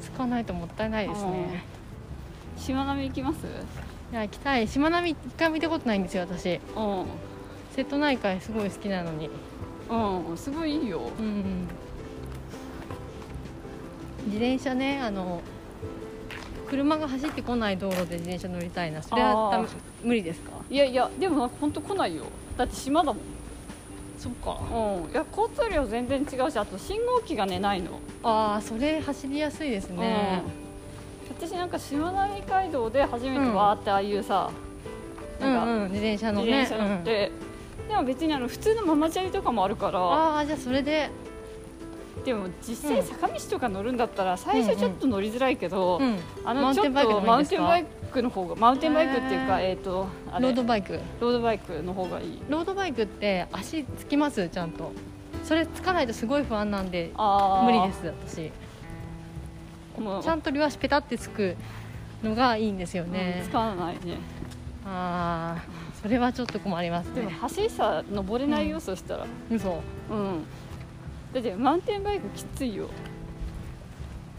[SPEAKER 2] 使わないともったいないですね
[SPEAKER 1] しまなみ行きます
[SPEAKER 2] いや行きたいしまなみ一回も見たことないんですよ私
[SPEAKER 1] う
[SPEAKER 2] 瀬戸内海すごい好きなのに
[SPEAKER 1] んうんすごいいいよ
[SPEAKER 2] うん、自転車ねあの車が走ってこない道路で自転車乗りたいなそれはダメ
[SPEAKER 1] あー
[SPEAKER 2] 無理ですか
[SPEAKER 1] いやいやでもなんか本当来ないよだって島だもん
[SPEAKER 2] そっか
[SPEAKER 1] うん、いや交通量全然違うしあと信号機がねないの、
[SPEAKER 2] ああそれ走りやすいですね、
[SPEAKER 1] うん、私なんかしまなみ海道で初めて
[SPEAKER 2] うん
[SPEAKER 1] わーってああいうさ、
[SPEAKER 2] うん、
[SPEAKER 1] なんか
[SPEAKER 2] うん自転車の
[SPEAKER 1] 自
[SPEAKER 2] ね
[SPEAKER 1] 転車乗っ
[SPEAKER 2] うん
[SPEAKER 1] て、でも別にあの普通のママチャリとかもあるから
[SPEAKER 2] ああじゃあそれで
[SPEAKER 1] でも実際
[SPEAKER 2] うん
[SPEAKER 1] 坂道とか乗るんだったら最初ちょっと乗りづらいけど、
[SPEAKER 2] うん
[SPEAKER 1] あ
[SPEAKER 2] マウ
[SPEAKER 1] の
[SPEAKER 2] ン
[SPEAKER 1] ち
[SPEAKER 2] テ
[SPEAKER 1] ょっ
[SPEAKER 2] ンバイク
[SPEAKER 1] と
[SPEAKER 2] でもい
[SPEAKER 1] マ
[SPEAKER 2] い
[SPEAKER 1] ウン
[SPEAKER 2] です
[SPEAKER 1] テ
[SPEAKER 2] か
[SPEAKER 1] ンバイクの方がマウンテンバイクっていうか、
[SPEAKER 2] へ
[SPEAKER 1] えー、とあれ
[SPEAKER 2] ロードバイク
[SPEAKER 1] ロードバイクの方がいい
[SPEAKER 2] ロードバイクって足つきますちゃんとそれつかないとすごい不安なんで
[SPEAKER 1] あー
[SPEAKER 2] 無理です
[SPEAKER 1] もう
[SPEAKER 2] 私ちゃんと両足ペタってつくのがいいんですよ
[SPEAKER 1] う
[SPEAKER 2] ね
[SPEAKER 1] ん、使わないね
[SPEAKER 2] ああそれはちょっと困ります
[SPEAKER 1] でも
[SPEAKER 2] ね
[SPEAKER 1] 走りさ登れないよ、そしたら
[SPEAKER 2] 嘘
[SPEAKER 1] うんだってマウンテンバイクきついよ、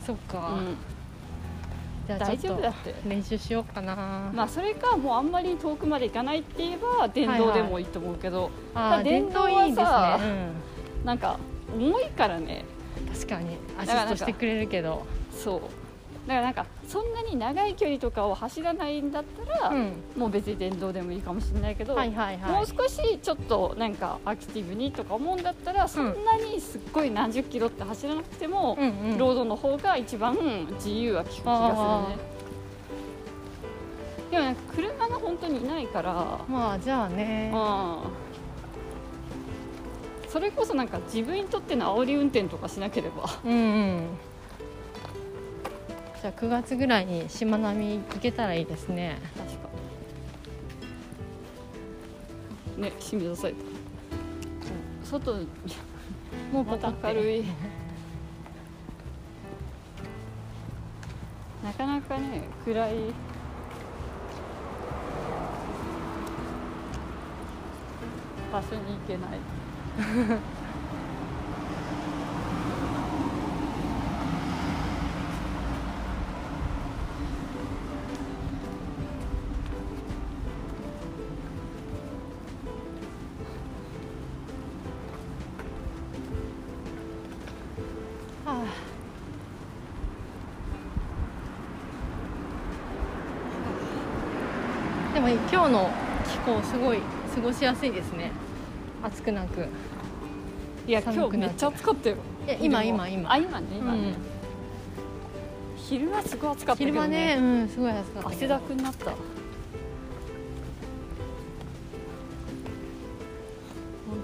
[SPEAKER 2] そっか、
[SPEAKER 1] うん
[SPEAKER 2] じゃあ
[SPEAKER 1] 大
[SPEAKER 2] ち
[SPEAKER 1] 丈
[SPEAKER 2] ょっ
[SPEAKER 1] 夫だ
[SPEAKER 2] と
[SPEAKER 1] って
[SPEAKER 2] 練習しようかな、
[SPEAKER 1] まあそれかもうあんまり遠くまで行かないって言えば電動でもいいと思うけど、
[SPEAKER 2] あー
[SPEAKER 1] 電
[SPEAKER 2] 電
[SPEAKER 1] 動
[SPEAKER 2] 動
[SPEAKER 1] はいさ
[SPEAKER 2] いですね、
[SPEAKER 1] なんか重いからね
[SPEAKER 2] うん、確かに
[SPEAKER 1] だ
[SPEAKER 2] アシ
[SPEAKER 1] からなん
[SPEAKER 2] ス
[SPEAKER 1] か
[SPEAKER 2] トしてくれるけど
[SPEAKER 1] そうだからなんかそんなに長い距離とかを走らないんだったら、
[SPEAKER 2] うん
[SPEAKER 1] もう別に電動でもいいかもしれないけど、
[SPEAKER 2] はいはい
[SPEAKER 1] も
[SPEAKER 2] は
[SPEAKER 1] う
[SPEAKER 2] い
[SPEAKER 1] 少しちょっとなんかアクティブにとか思うんだったらそんなにすっごい何十キロって走らなくても、
[SPEAKER 2] うんうん
[SPEAKER 1] ロードの方が一番自由は利く気がするねでもなんか車が本当にいないから
[SPEAKER 2] まあじゃあね
[SPEAKER 1] うんそれこそなんか自分にとっての煽り運転とかしなければ
[SPEAKER 2] うんうんじゃあ9月ぐらいにしまなみ行けたらいいですね
[SPEAKER 1] 確かね締め出された外に
[SPEAKER 2] もう
[SPEAKER 1] ま
[SPEAKER 2] ポコ
[SPEAKER 1] た
[SPEAKER 2] って
[SPEAKER 1] 軽い なかなかね暗い場所に行けない
[SPEAKER 2] はあでも今日の気候すごい過ごしやすいですね暑くなく
[SPEAKER 1] いや今
[SPEAKER 2] 寒
[SPEAKER 1] 日
[SPEAKER 2] く
[SPEAKER 1] め
[SPEAKER 2] なっ
[SPEAKER 1] っちゃ暑かったよ
[SPEAKER 2] いや今
[SPEAKER 1] 昼も
[SPEAKER 2] 今今
[SPEAKER 1] あ今ね今ね、
[SPEAKER 2] うん
[SPEAKER 1] 昼はすごい暑かったけ
[SPEAKER 2] 昼
[SPEAKER 1] ど
[SPEAKER 2] 間ね
[SPEAKER 1] ね
[SPEAKER 2] うんすごい暑かったけど
[SPEAKER 1] 汗だくになった本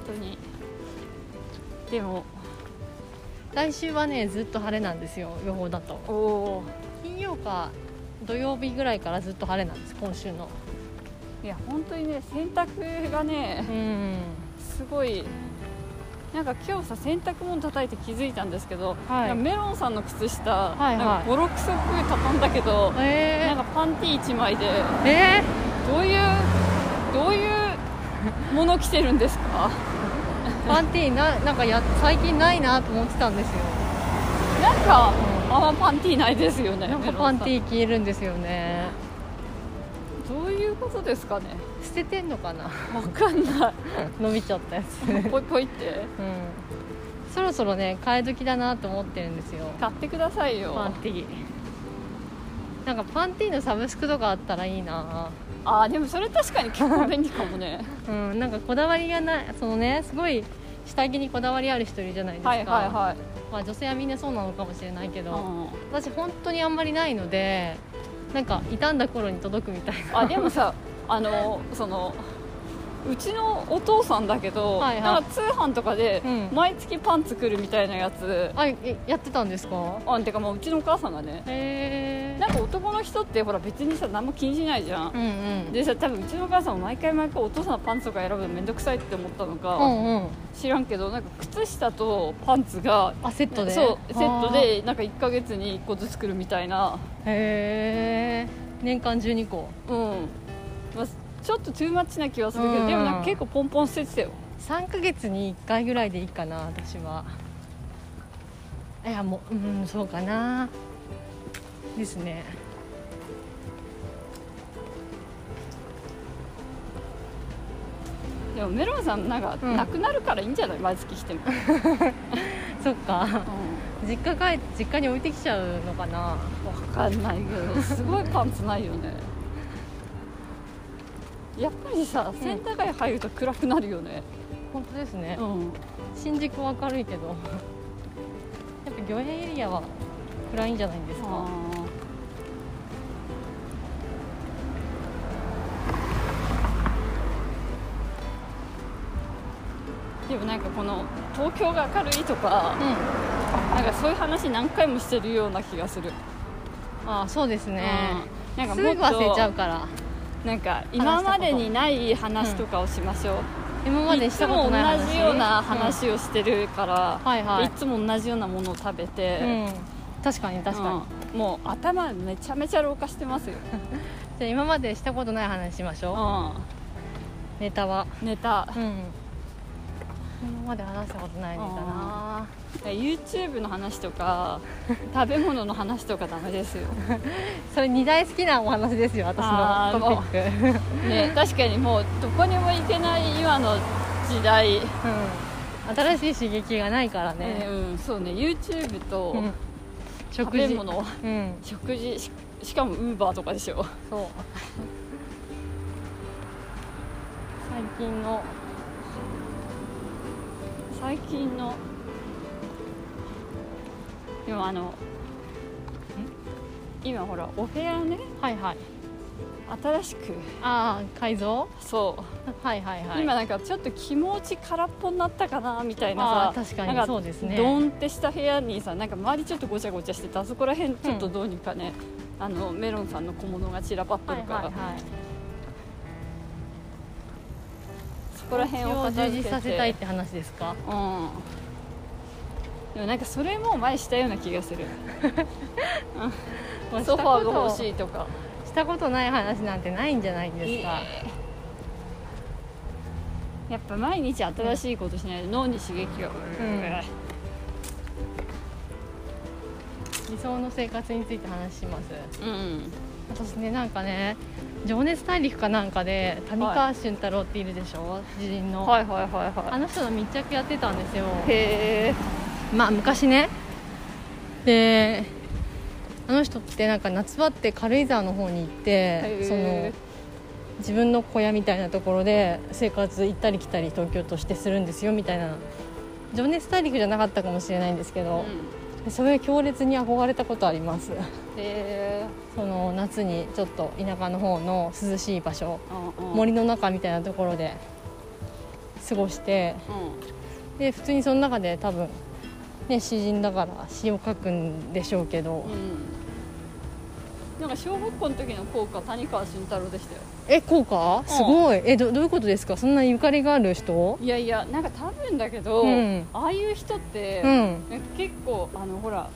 [SPEAKER 1] 当にでも
[SPEAKER 2] 来週はねずっと晴れなんですよ予報だと
[SPEAKER 1] おお
[SPEAKER 2] 金曜か土曜日ぐらいからずっと晴れなんです今週の
[SPEAKER 1] いや本当にね洗濯がね
[SPEAKER 2] うん
[SPEAKER 1] すごいなんか今日さ洗濯物叩いて気づいたんですけど、
[SPEAKER 2] はい
[SPEAKER 1] なんかメロンさんの靴下、
[SPEAKER 2] はいはい
[SPEAKER 1] なんか56足畳んだけど、
[SPEAKER 2] え
[SPEAKER 1] なんかパンティ1枚で
[SPEAKER 2] ー、え
[SPEAKER 1] どういうどういう もの着てるんですか
[SPEAKER 2] ー、パンティーななんかや最近ないなと思ってたんですよ
[SPEAKER 1] なんか、あんまパンティーないですよね。
[SPEAKER 2] なんかパンテ
[SPEAKER 1] メロ
[SPEAKER 2] ィー消えるんですよね
[SPEAKER 1] ンさんどういうことですかね。
[SPEAKER 2] 捨ててんのかな
[SPEAKER 1] わかんない。
[SPEAKER 2] 伸びちゃったやつ、うん、
[SPEAKER 1] ぽいぽいって。
[SPEAKER 2] そろそろね替え時だなと思ってるんですよ
[SPEAKER 1] 買ってくださいよ。
[SPEAKER 2] パンティーなんかパンティーのサブスクとかあったらいいな
[SPEAKER 1] あー、でもそれ確かに結構便利かもね。
[SPEAKER 2] うん、なんかこだわりがないそのねすごい下着にこだわりある人いるじゃないですか、
[SPEAKER 1] はいはいはい。
[SPEAKER 2] まあ、女性はみんなそうなのかもしれないけど、
[SPEAKER 1] う
[SPEAKER 2] 私本当にあんまりないのでなんか傷んだ頃に届くみたい
[SPEAKER 1] ん、あ、でもさ、あの、その。うちのお父さんだけど、
[SPEAKER 2] はいはい
[SPEAKER 1] なんか通販とかで
[SPEAKER 2] うん
[SPEAKER 1] 毎月パン作るみたいなやつ、
[SPEAKER 2] なあえやってたんですか
[SPEAKER 1] あんてかもううちのお母さんがね
[SPEAKER 2] へえ
[SPEAKER 1] なんか男の人ってほら別にさ何も気にしないじゃん
[SPEAKER 2] うんうん
[SPEAKER 1] でさ多分うちのお母さんも毎回毎回お父さんのパンツとか選ぶの面倒くさいって思ったのか、
[SPEAKER 2] うんうん
[SPEAKER 1] 知らんけどなんか靴下とパンツが
[SPEAKER 2] あセットで
[SPEAKER 1] そうセット
[SPEAKER 2] あー
[SPEAKER 1] でなんか1か月に1個ずつくるみたいな
[SPEAKER 2] へえ年間12個
[SPEAKER 1] うん、まあ、ちょっとトゥーマッチな気はするけ
[SPEAKER 2] う
[SPEAKER 1] ど
[SPEAKER 2] ん
[SPEAKER 1] でもなんか結構ポンポン捨ててたよ
[SPEAKER 2] 3ヶ月に1回ぐらいでいいかな私はいやもううんそうかなですね
[SPEAKER 1] でもメロンさんなんか
[SPEAKER 2] うん
[SPEAKER 1] なくなるからいいんじゃない毎月来ても、
[SPEAKER 2] そっか
[SPEAKER 1] う、
[SPEAKER 2] 実家帰って実家に置いてきちゃうのかなん
[SPEAKER 1] 分かんないけどすごいパンツないよねやっぱりさセンター街入ると暗くなるよね
[SPEAKER 2] 本当ですね
[SPEAKER 1] うん
[SPEAKER 2] 新宿は明るいけどやっぱ漁園エリアは暗いんじゃないんです
[SPEAKER 1] あ
[SPEAKER 2] か
[SPEAKER 1] ーでもなんかこの東京が明るいとか
[SPEAKER 2] うん
[SPEAKER 1] なんかそういう話何回もしてるような気がする、
[SPEAKER 2] ああそうですね
[SPEAKER 1] うん、なん
[SPEAKER 2] す
[SPEAKER 1] か
[SPEAKER 2] ぐ
[SPEAKER 1] もっと
[SPEAKER 2] 忘れちゃうから
[SPEAKER 1] なんか今までにない話とかをしましょう、
[SPEAKER 2] 今まで
[SPEAKER 1] い
[SPEAKER 2] した
[SPEAKER 1] つ
[SPEAKER 2] こ
[SPEAKER 1] も
[SPEAKER 2] と
[SPEAKER 1] 同
[SPEAKER 2] ない話
[SPEAKER 1] じような、話をしてるから、
[SPEAKER 2] うんはいはい
[SPEAKER 1] でつも同じようなものを食べて、
[SPEAKER 2] うん、確かに確かに、
[SPEAKER 1] うんもう頭めちゃめちゃ老化してますよ、
[SPEAKER 2] じゃあ今までしたことない話しましょ
[SPEAKER 1] う
[SPEAKER 2] う、ネタは
[SPEAKER 1] ん、ネタ
[SPEAKER 2] うん今まで話したことないネタな
[SPEAKER 1] YouTube の話とか食べ物の話とかダメですよ、
[SPEAKER 2] それ二大好きなお話ですよ私
[SPEAKER 1] あー
[SPEAKER 2] のトピック
[SPEAKER 1] ね、確かにもうどこにも行けない今の時代、
[SPEAKER 2] うん新しい刺激がないから
[SPEAKER 1] ね
[SPEAKER 2] ね、
[SPEAKER 1] うん、そうね YouTube と
[SPEAKER 2] うん
[SPEAKER 1] 食
[SPEAKER 2] 食
[SPEAKER 1] べ
[SPEAKER 2] 事
[SPEAKER 1] 物、
[SPEAKER 2] うん
[SPEAKER 1] 食事ししかも Uber とかでしょ
[SPEAKER 2] そう最近の
[SPEAKER 1] 最近のでもあの今ほらお部屋ね
[SPEAKER 2] はいはい
[SPEAKER 1] 新しく
[SPEAKER 2] ああ改造
[SPEAKER 1] そう
[SPEAKER 2] はいはいはい
[SPEAKER 1] 今なんかちょっと気持ち空っぽになったかなみたいなさ
[SPEAKER 2] あー確かに
[SPEAKER 1] なん
[SPEAKER 2] そうですね
[SPEAKER 1] ドーンってした部屋にさなんか周りちょっとごちゃごちゃしててあそこら辺ちょっとどうにかね、あのメロンさんの小物が散らばって
[SPEAKER 2] はい
[SPEAKER 1] る
[SPEAKER 2] はい
[SPEAKER 1] から、
[SPEAKER 2] はい
[SPEAKER 1] そこら辺を
[SPEAKER 2] を
[SPEAKER 1] 片
[SPEAKER 2] 充
[SPEAKER 1] 付け
[SPEAKER 2] 実
[SPEAKER 1] て
[SPEAKER 2] させたいって話ですか
[SPEAKER 1] うんでもなんかそれも前したような気がす る
[SPEAKER 2] まあ
[SPEAKER 1] ソファーが欲
[SPEAKER 2] し
[SPEAKER 1] しいとか
[SPEAKER 2] たことしたことない話なんてないんじゃないですか、
[SPEAKER 1] やっぱ毎日新しいことしないと脳に刺激が、
[SPEAKER 2] 理想の生活について話します
[SPEAKER 1] うんうん
[SPEAKER 2] 私ねなんかね「情熱大陸」かなんかで谷川俊太郎っているでしょ詩人の、
[SPEAKER 1] はいはいはい
[SPEAKER 2] あ
[SPEAKER 1] は
[SPEAKER 2] の人の密着やってたんですよ
[SPEAKER 1] いへえ
[SPEAKER 2] まあ昔ねであの人ってなんか夏場って軽井沢の方に行ってその自分の小屋みたいなところで生活行ったり来たり東京としてするんですよみたいな「情熱大陸」じゃなかったかもしれないんですけ
[SPEAKER 1] そ
[SPEAKER 2] ど
[SPEAKER 1] の、
[SPEAKER 2] それ強烈に憧れたことあります
[SPEAKER 1] へえ
[SPEAKER 2] その夏にちょっと田舎の方の涼しい場所
[SPEAKER 1] うんうん
[SPEAKER 2] 森の中みたいなところで過ごしてで普通にその中で多分ね詩人だから詩を書くんでしょうけど
[SPEAKER 1] うんうんなんか小学校の時の校歌谷川俊太郎でしたよ
[SPEAKER 2] えこうかすごいえどどういうことですかそんなゆかりがある人
[SPEAKER 1] いやいやなんか多分だけど、
[SPEAKER 2] うん
[SPEAKER 1] ああいう人って、
[SPEAKER 2] うん
[SPEAKER 1] なんか結構あのほら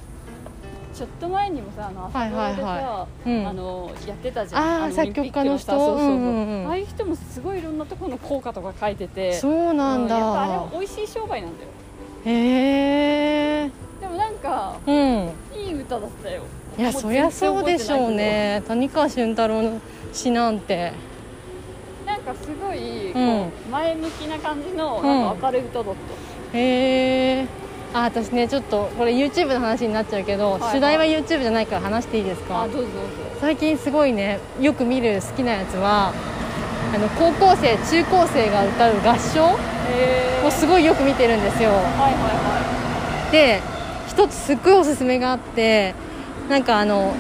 [SPEAKER 1] ちょっと前にもさあの
[SPEAKER 2] はいはいはい
[SPEAKER 1] アフロでさ
[SPEAKER 2] うん
[SPEAKER 1] あのやってたじゃん
[SPEAKER 2] あー
[SPEAKER 1] のオリンピックさ
[SPEAKER 2] 作曲家の人
[SPEAKER 1] そうそうそう、
[SPEAKER 2] うんうんうん
[SPEAKER 1] ああいう人もすごいいろんなところの効果とか書いてて
[SPEAKER 2] そうなん
[SPEAKER 1] うんやっぱあれは
[SPEAKER 2] だ
[SPEAKER 1] 美味しい商売なんだよ
[SPEAKER 2] へえ
[SPEAKER 1] でもなんか
[SPEAKER 2] うん
[SPEAKER 1] いい歌だったよ
[SPEAKER 2] いや
[SPEAKER 1] もう
[SPEAKER 2] そりゃそうでしょう
[SPEAKER 1] 全然
[SPEAKER 2] ね谷川俊太郎の詩なんて
[SPEAKER 1] なんかすごい、
[SPEAKER 2] うん
[SPEAKER 1] こう前向きな感じの
[SPEAKER 2] ん
[SPEAKER 1] なんか明るい歌だっ
[SPEAKER 2] へえあ私ねちょっとこれ YouTube の話になっちゃうけど、
[SPEAKER 1] はいはい
[SPEAKER 2] 主題は YouTube じゃないから話していいです
[SPEAKER 1] た、
[SPEAKER 2] か
[SPEAKER 1] あどうぞどうぞ
[SPEAKER 2] 最近すごいねよく見る好きなやつはあの高校生中高生が歌う合唱
[SPEAKER 1] へえ
[SPEAKER 2] をすごいよく見てるんですよ
[SPEAKER 1] はいはいは
[SPEAKER 2] で一つすっごいおすすめがあってなんかあの、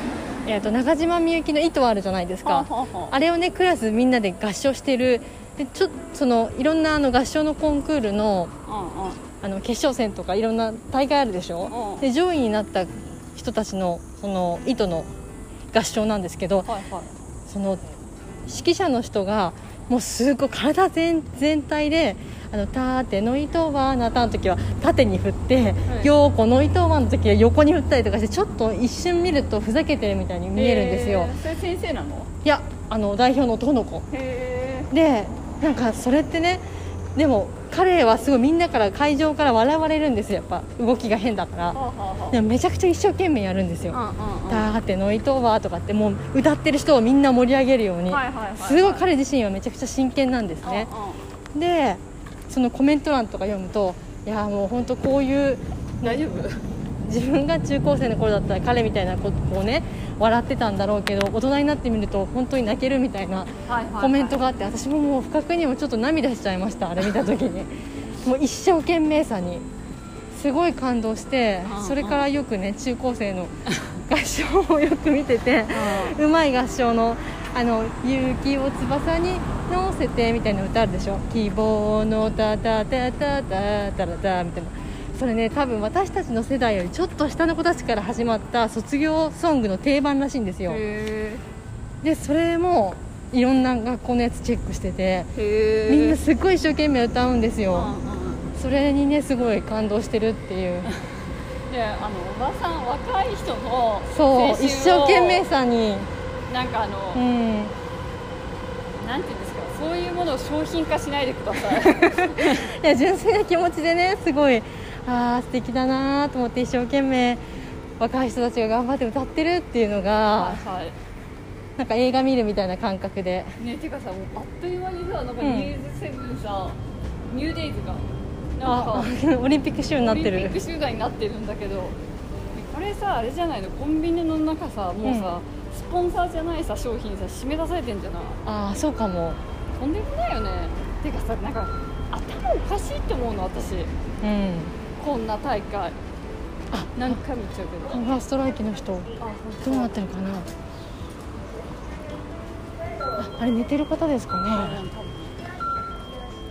[SPEAKER 2] えー、と中島みゆきの「糸」あるじゃないです
[SPEAKER 1] いは
[SPEAKER 2] か
[SPEAKER 1] あはあはあ
[SPEAKER 2] あれをねクラスみんなで合唱してるでちょそのいろんなあの合唱のコンクールの
[SPEAKER 1] うんうん
[SPEAKER 2] あの決勝戦とかいろんな大会あるでし
[SPEAKER 1] う
[SPEAKER 2] ょ
[SPEAKER 1] ん
[SPEAKER 2] で上位になった人たちのその糸の合唱なんですけど
[SPEAKER 1] はいはい
[SPEAKER 2] その指揮者の人がもうすごい体全全体で「あの縦の糸はあなた」の時は縦に振って
[SPEAKER 1] は
[SPEAKER 2] 「
[SPEAKER 1] い
[SPEAKER 2] 陽子の糸は」の時は横に振ったりとかしてちょっと一瞬見るとふざけてるみたいに見えるんですよ、
[SPEAKER 1] えーそれ先生なの
[SPEAKER 2] いやあの代表の男の子
[SPEAKER 1] へ
[SPEAKER 2] でなんかそれってねでも彼はすごいみんなから会場から笑われるんですよやっぱ動きが変だか
[SPEAKER 1] え
[SPEAKER 2] ら
[SPEAKER 1] はあはあは
[SPEAKER 2] でもめちゃくちゃ一生懸命やるんですよ「
[SPEAKER 1] あ
[SPEAKER 2] だーっての糸は」とかってもう歌ってる人をみんな盛り上げるように
[SPEAKER 1] はいはいはい
[SPEAKER 2] すごい彼自身はめちゃくちゃ真剣なんですねでそのコメント欄とか読むといやーもう本当こういう
[SPEAKER 1] 大丈夫
[SPEAKER 2] 自分が中高生の頃だったら彼みたいなことをね笑ってたんだろうけど大人になってみると本当に泣けるみたいな
[SPEAKER 1] はいはいはい
[SPEAKER 2] コメントがあって私ももう不覚にもちょっと涙しちゃいましたあれ見た時にもう一生懸命さにすごい感動して
[SPEAKER 1] うんうん
[SPEAKER 2] それからよくね中高生の合唱をよく見てて
[SPEAKER 1] うん
[SPEAKER 2] うまい合唱の「あの勇気を翼に乗せて」みたいな歌あるでしょ「希望のタタタタタタラタ」みたいなそれね多分私たちの世代よりちょっと下の子たちから始まった卒業ソングの定番らしいんですよ
[SPEAKER 1] へ
[SPEAKER 2] でそれもいろんな学校のやつチェックしてて
[SPEAKER 1] えへえ
[SPEAKER 2] みんなすっごい一生懸命歌うんです
[SPEAKER 1] う
[SPEAKER 2] よ
[SPEAKER 1] んうん
[SPEAKER 2] それにねすごい感動してるっていう
[SPEAKER 1] であのおばさん若い人の
[SPEAKER 2] そう
[SPEAKER 1] 青春を
[SPEAKER 2] 一生懸命さに
[SPEAKER 1] なんかあの
[SPEAKER 2] うん
[SPEAKER 1] なんていうんですかそういうものを商品化しないでくださ い
[SPEAKER 2] いや純粋な気持ちでねすごいああ素敵だなーと思って一生懸命若い人たちが頑張って歌ってるっていうの
[SPEAKER 1] は
[SPEAKER 2] が
[SPEAKER 1] いはい
[SPEAKER 2] なんか映画見るみたいな感覚で
[SPEAKER 1] ねてかさもうあっという間にさなんか
[SPEAKER 2] うん
[SPEAKER 1] ニューズセブンさ、ニューデイズがなん
[SPEAKER 2] あ
[SPEAKER 1] か
[SPEAKER 2] オリンピック集になって
[SPEAKER 1] オリン
[SPEAKER 2] る
[SPEAKER 1] ピック集団になってるんだけどこれさあれじゃないのコンビニの中さもうさ、スポンサーじゃないさ商品さ締め出されてんじゃない
[SPEAKER 2] ああそうかも
[SPEAKER 1] とんでもないよねてかさなんか頭おかしいって思うの私
[SPEAKER 2] うん
[SPEAKER 1] こんな大会あ何回も言っちゃうけ
[SPEAKER 2] フ
[SPEAKER 1] ど
[SPEAKER 2] ァーストライキの人
[SPEAKER 1] あ本当
[SPEAKER 2] どうなってるかなああれ寝てる方ですかね
[SPEAKER 1] うん多分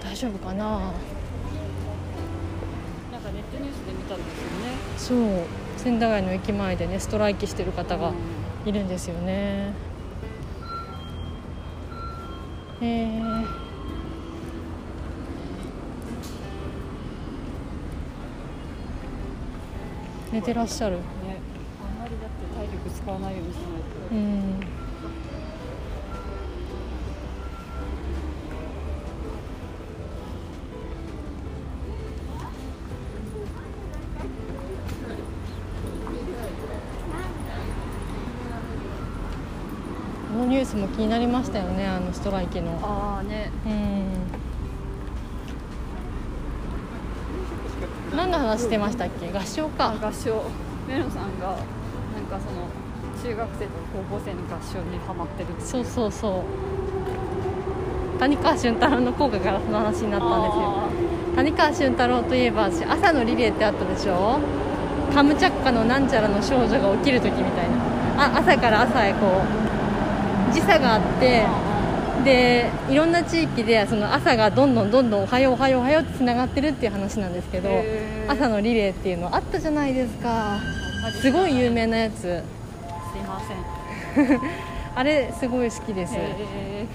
[SPEAKER 2] 大丈夫かな
[SPEAKER 1] なんかネットニュースで見たんですよね
[SPEAKER 2] そう千駄ヶ谷の駅前でねストライキしてる方が
[SPEAKER 1] うん
[SPEAKER 2] いるんですよね、えー寝てらっしゃる
[SPEAKER 1] ねあんまりだって体力使わないようにしないと
[SPEAKER 2] うんこのニュースも気になりましたよねあのストライキの
[SPEAKER 1] ああね
[SPEAKER 2] うん何の話してましたっけ合唱か
[SPEAKER 1] 合唱メロさんがなんかその中学生と高校生の合唱にハマってるって
[SPEAKER 2] そうそうそう谷川俊太郎の効果からその話になったんですよ
[SPEAKER 1] んですよ
[SPEAKER 2] 谷川俊太郎といえば私朝のリレーってあったでしょカムチャッカのなんちゃらの少女が起きる時みたいなあ朝から朝へこう時差があってでいろんな地域でその朝がどんどんどんどんおはようおはようおはようってつながってるっていう話なんですけど
[SPEAKER 1] へー
[SPEAKER 2] 朝のリレーっていうのあったじゃないですかすごい有名なやつ
[SPEAKER 1] すいません
[SPEAKER 2] あれすごい好きです
[SPEAKER 1] へ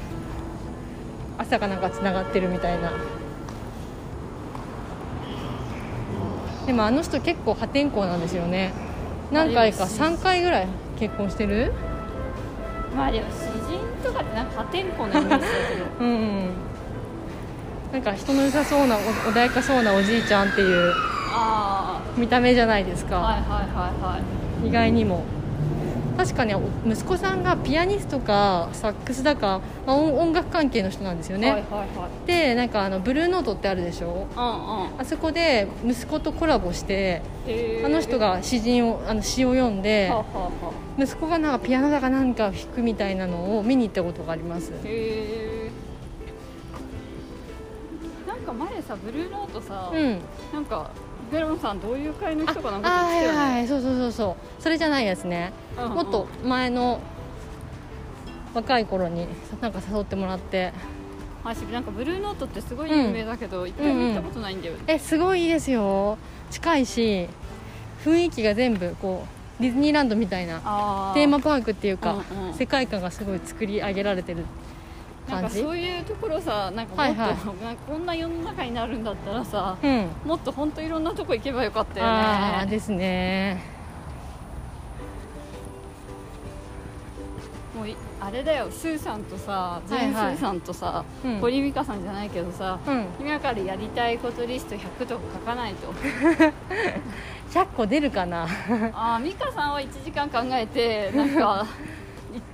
[SPEAKER 2] 朝がなんかつながってるみたいなでもあの人結構破天荒なんですよね何回か
[SPEAKER 1] あいいですね
[SPEAKER 2] 3回ぐらい結婚してる
[SPEAKER 1] ーまあでも詩人とかってなんか破天荒なイメージだけど
[SPEAKER 2] うんうんなんか人の良さそうなお穏やかそうなおじいちゃんっていう
[SPEAKER 1] あ
[SPEAKER 2] 見た目じゃないですか、
[SPEAKER 1] あはいはいはいはい
[SPEAKER 2] 意外にも確かねお息子さんがピアニストかサックスだか、まあ、音音楽関係の人なんですよね、
[SPEAKER 1] はいはいはい
[SPEAKER 2] でなんかあのブルーノートってあるでしょ
[SPEAKER 1] うんうん
[SPEAKER 2] あそこで息子とコラボして
[SPEAKER 1] へー
[SPEAKER 2] あの人が詩人をあの詩を読んで
[SPEAKER 1] はあはあは
[SPEAKER 2] 息子がなんかピアノだかなんかを弾くみたいなのを見に行ったことがあります
[SPEAKER 1] あへえんか前さブルーノートさ、
[SPEAKER 2] うん
[SPEAKER 1] なんかベロンさん同友会の
[SPEAKER 2] あ
[SPEAKER 1] 人かなん
[SPEAKER 2] あ
[SPEAKER 1] かと来
[SPEAKER 2] はい
[SPEAKER 1] てたよ
[SPEAKER 2] は
[SPEAKER 1] ね
[SPEAKER 2] いそうそうそうそうそれじゃないやつね
[SPEAKER 1] うんうん
[SPEAKER 2] もっと前の若い頃になんか誘ってもらって
[SPEAKER 1] 私なんかブルーノートってすごい有名だけど一、回も行ったことないんだよね、
[SPEAKER 2] えすごいいいですよ近いし雰囲気が全部こうディズニーランドみたいな
[SPEAKER 1] あ
[SPEAKER 2] テーマパークっていうか、
[SPEAKER 1] うんうん
[SPEAKER 2] 世界観がすごい作り上げられてる
[SPEAKER 1] なん
[SPEAKER 2] 感
[SPEAKER 1] か
[SPEAKER 2] じ
[SPEAKER 1] そういうところさなんかもっと、
[SPEAKER 2] はいはい
[SPEAKER 1] なんかこんな世の中になるんだったらさ
[SPEAKER 2] うん
[SPEAKER 1] もっと本当いろんなとこ行けばよかった
[SPEAKER 2] ああ
[SPEAKER 1] よ
[SPEAKER 2] ー
[SPEAKER 1] ね
[SPEAKER 2] ですね
[SPEAKER 1] もういあれだよスーさんとさジェーン・ス
[SPEAKER 2] はいはい
[SPEAKER 1] ーさんとさ、
[SPEAKER 2] うん
[SPEAKER 1] 堀美香さんじゃないけどさ、
[SPEAKER 2] うん
[SPEAKER 1] 今からやりたいことリスト100とか書かないと
[SPEAKER 2] 100個出るかな
[SPEAKER 1] ああ美香さんは1時間考えてなんか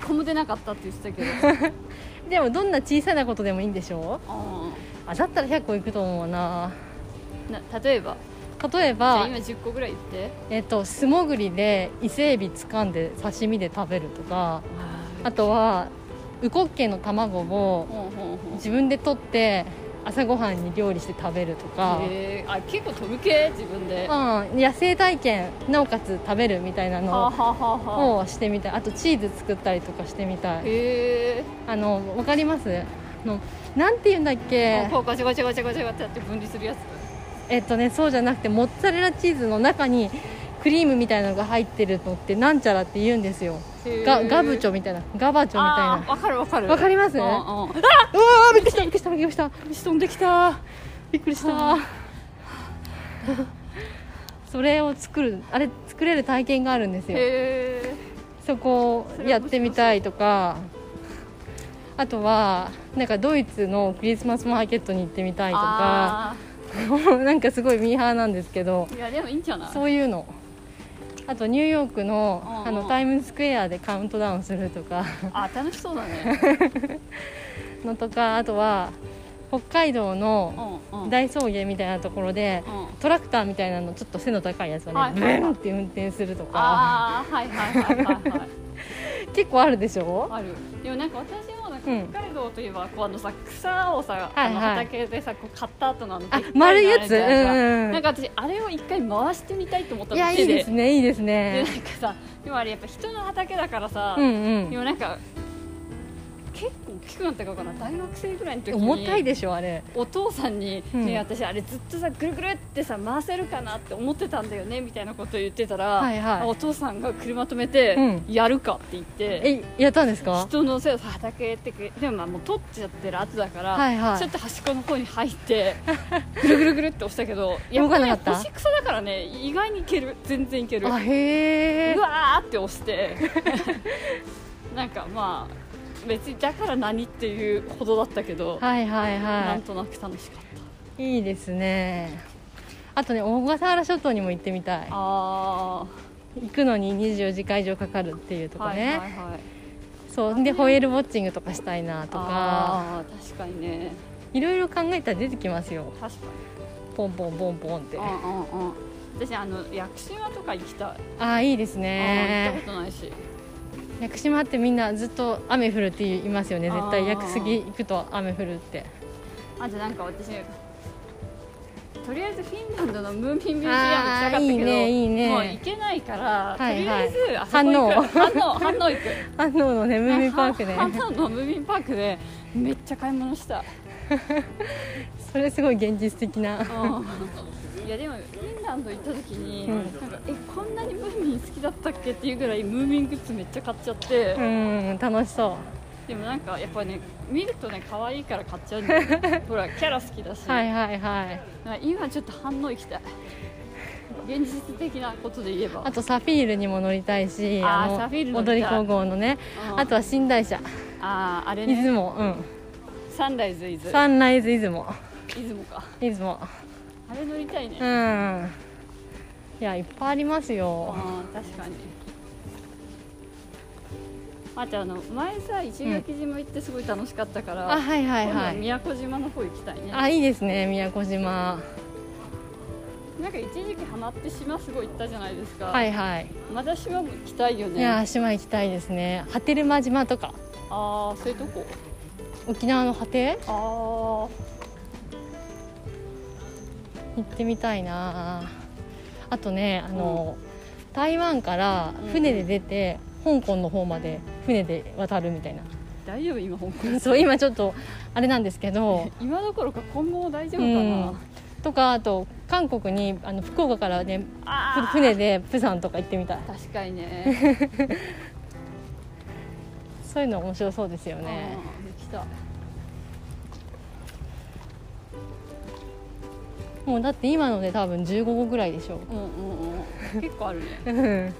[SPEAKER 1] 1個も出なかったって言ってたけど
[SPEAKER 2] でもどんな小さなことでもいいんでしょ
[SPEAKER 1] あ
[SPEAKER 2] あだったら100個いくと思うな
[SPEAKER 1] ーな例えば
[SPEAKER 2] 例え
[SPEAKER 1] じゃあ
[SPEAKER 2] ば
[SPEAKER 1] 今、10個ぐらい言って
[SPEAKER 2] えっと素潜りで伊勢エビ掴んで刺身で食べるとかあとはウコッケの卵を
[SPEAKER 1] ほんほんほん
[SPEAKER 2] 自分で取って朝ごはんに料理して食べるとか、
[SPEAKER 1] へーあ結構飛ぶ系自分では
[SPEAKER 2] うん、野生体験なおかつ食べるみたい
[SPEAKER 1] あ
[SPEAKER 2] な
[SPEAKER 1] は
[SPEAKER 2] の
[SPEAKER 1] あはあはあ
[SPEAKER 2] をしてみたいあとチーズ作ったりとかしてみたい
[SPEAKER 1] へ
[SPEAKER 2] あのわかりますあのなんて言うんだっ
[SPEAKER 1] え
[SPEAKER 2] け
[SPEAKER 1] こうガチャガチャガチャガチャガチャって分離するやつ
[SPEAKER 2] えっとねそうじゃなくてモッツァレラチーズの中にクリームみたいなのが入ってるのってなんちゃらって言うんですよがガブチ
[SPEAKER 1] ョ
[SPEAKER 2] ョみたいなガバチョみたいな
[SPEAKER 1] わかるわかる
[SPEAKER 2] わかります
[SPEAKER 1] うんうん
[SPEAKER 2] うわ
[SPEAKER 1] あ
[SPEAKER 2] ーびっくりしたびっくりしたびっくりした飛んできたびっくりしたそれを作るあれ作れる体験があるんですよ
[SPEAKER 1] へえ
[SPEAKER 2] そこをやってみたいとかあとはなんかドイツのクリスマスマーケットに行ってみたいとか
[SPEAKER 1] あ
[SPEAKER 2] なんかすごいミーハーなんですけど
[SPEAKER 1] ーいやでもいいんじゃない
[SPEAKER 2] そういうのあとニューヨークの
[SPEAKER 1] うん
[SPEAKER 2] あのタイムズスクエアでカウントダウンするとか
[SPEAKER 1] あ楽しそうだね
[SPEAKER 2] のとかあとは北海道の
[SPEAKER 1] うんうん
[SPEAKER 2] 大草原みたいなところで
[SPEAKER 1] うん
[SPEAKER 2] トラクターみたいなのちょっと背の高いやつを
[SPEAKER 1] は
[SPEAKER 2] ね
[SPEAKER 1] い
[SPEAKER 2] ブーンって運転するとか
[SPEAKER 1] ああはいはいはいはいはい
[SPEAKER 2] 結構あるでしょ
[SPEAKER 1] あるでもなんか私もなんか
[SPEAKER 2] うん
[SPEAKER 1] 北海道といえばこうあのさ草をさ
[SPEAKER 2] は
[SPEAKER 1] あ
[SPEAKER 2] い
[SPEAKER 1] の
[SPEAKER 2] はい
[SPEAKER 1] 畑でさこう刈った後のあの
[SPEAKER 2] あ
[SPEAKER 1] でっかの
[SPEAKER 2] 丸いやつ
[SPEAKER 1] あ
[SPEAKER 2] う
[SPEAKER 1] れ
[SPEAKER 2] ん
[SPEAKER 1] じゃない
[SPEAKER 2] うん
[SPEAKER 1] なんか私あれを一回回してみたいと思った
[SPEAKER 2] い
[SPEAKER 1] の
[SPEAKER 2] やいいですねいいです
[SPEAKER 1] 手ででな
[SPEAKER 2] ね
[SPEAKER 1] んかさでもあれやっぱ人の畑だからさ、
[SPEAKER 2] うんうん
[SPEAKER 1] でもなんか結構大きくなったかかな大学生ぐらいの時に
[SPEAKER 2] 重たいでしょあれ
[SPEAKER 1] お父さんに、
[SPEAKER 2] うん
[SPEAKER 1] ね私あれずっとさぐるぐるってさ回せるかなって思ってたんだよねみたいなことを言ってたら、
[SPEAKER 2] はいはい
[SPEAKER 1] お父さんが車止めて、
[SPEAKER 2] う
[SPEAKER 1] やるかって言って
[SPEAKER 2] えやったんですか
[SPEAKER 1] 人のせいで畑ってくでもまあもう取っちゃってる後だから、
[SPEAKER 2] はいはい
[SPEAKER 1] ちょっと端っこの方に入って ぐるぐるぐるって押したけどや
[SPEAKER 2] 動
[SPEAKER 1] っぱ
[SPEAKER 2] か
[SPEAKER 1] り
[SPEAKER 2] なかった
[SPEAKER 1] 星草だからね意外にいける全然いける
[SPEAKER 2] あへえ
[SPEAKER 1] うわーって押して なんかまあ別にだから何っていうほどだったけど、
[SPEAKER 2] はいはい
[SPEAKER 1] な
[SPEAKER 2] は
[SPEAKER 1] んとなく楽しかった
[SPEAKER 2] いいいですねあとね小笠原諸島にも行ってみたい
[SPEAKER 1] あ
[SPEAKER 2] 行くのに24時間以上かかるっていうと
[SPEAKER 1] あ、
[SPEAKER 2] こ
[SPEAKER 1] はい
[SPEAKER 2] ね、
[SPEAKER 1] はいはい
[SPEAKER 2] そうでホエールウォッチングとかしたいなとか
[SPEAKER 1] あー確かにね
[SPEAKER 2] いろいろ考えたら出てきますよ
[SPEAKER 1] 確か
[SPEAKER 2] ポンポンポンポンって
[SPEAKER 1] に
[SPEAKER 2] あ
[SPEAKER 1] うんうんうん私あの屋久島とか行きたい、
[SPEAKER 2] あいいです
[SPEAKER 1] あー行っ
[SPEAKER 2] ね
[SPEAKER 1] たことないし
[SPEAKER 2] 屋久島ってみんなずっと雨降るって言いますよね絶
[SPEAKER 1] あ
[SPEAKER 2] 対
[SPEAKER 1] ー
[SPEAKER 2] 屋久杉行くと雨降るって
[SPEAKER 1] あとなんか私とりあえずフィンランドのムーミンミュージ
[SPEAKER 2] あ
[SPEAKER 1] アム行きたかった
[SPEAKER 2] ー
[SPEAKER 1] けど
[SPEAKER 2] いいねいいね
[SPEAKER 1] もう行けないから、
[SPEAKER 2] はいはい
[SPEAKER 1] とりあえずあそこ行く反応反応行く
[SPEAKER 2] 安納のねムーミンパ ークね
[SPEAKER 1] ハンハンのムーミンパークでめっちゃ買い物した、
[SPEAKER 2] それすごい現実的な
[SPEAKER 1] うん、いやでもフィンランド行った時に、
[SPEAKER 2] うん
[SPEAKER 1] なんかえこんなにムーミン好きだったっけっていうぐらいムーミングッズめっちゃ買っちゃって、
[SPEAKER 2] うん楽しそ
[SPEAKER 1] でもなんかやっぱね見るとね可愛いから買っちゃうんだよ ねほらキャラ好きだし、
[SPEAKER 2] うはいは
[SPEAKER 1] な
[SPEAKER 2] いはい
[SPEAKER 1] んか今ちょっと反応行きたい現実的なことで言えば
[SPEAKER 2] あとサフィールにも乗りたいし
[SPEAKER 1] あー
[SPEAKER 2] あの
[SPEAKER 1] サフィール乗りたい
[SPEAKER 2] 踊り子号のね
[SPEAKER 1] うん
[SPEAKER 2] あとは寝台車
[SPEAKER 1] あーあれ
[SPEAKER 2] 出
[SPEAKER 1] ね
[SPEAKER 2] 雲うん
[SPEAKER 1] サンライズ伊豆
[SPEAKER 2] サンライズ出雲
[SPEAKER 1] 出雲か
[SPEAKER 2] 出雲
[SPEAKER 1] あれ乗りたいね、
[SPEAKER 2] う
[SPEAKER 1] あ
[SPEAKER 2] んいやいっぱいありますよ
[SPEAKER 1] あー確かにあとあの前さ石垣島行ってすごい楽しかったから、
[SPEAKER 2] あはいはいは
[SPEAKER 1] 今度
[SPEAKER 2] い
[SPEAKER 1] 宮古島の方行きたいね
[SPEAKER 2] あいいですね宮古島
[SPEAKER 1] なんか一時期ハマって島すごい行ったじゃないですか、
[SPEAKER 2] はいはい
[SPEAKER 1] また島も行きたいよ
[SPEAKER 2] いや
[SPEAKER 1] ね
[SPEAKER 2] ー島行きたいですね波照間島とか
[SPEAKER 1] ああそういうとこ
[SPEAKER 2] 沖縄の波照
[SPEAKER 1] あ
[SPEAKER 2] 行ってみたいなあとねあの、台湾から船で出て、香港の方まで船で渡るみたいな、
[SPEAKER 1] あ大丈夫今香港
[SPEAKER 2] そう今ちょっとあれなんですけど
[SPEAKER 1] 今どころか今後も大丈夫か
[SPEAKER 2] うん
[SPEAKER 1] な、
[SPEAKER 2] とかあと韓国にあの福岡からね
[SPEAKER 1] ああ
[SPEAKER 2] 船でプサンとか行ってみたい
[SPEAKER 1] 確かにね
[SPEAKER 2] そういうの面白そうですよね
[SPEAKER 1] うん行きたい
[SPEAKER 2] もうだって今ので多分15個ぐらいでしょ
[SPEAKER 1] うんうんうん結構あるね
[SPEAKER 2] うん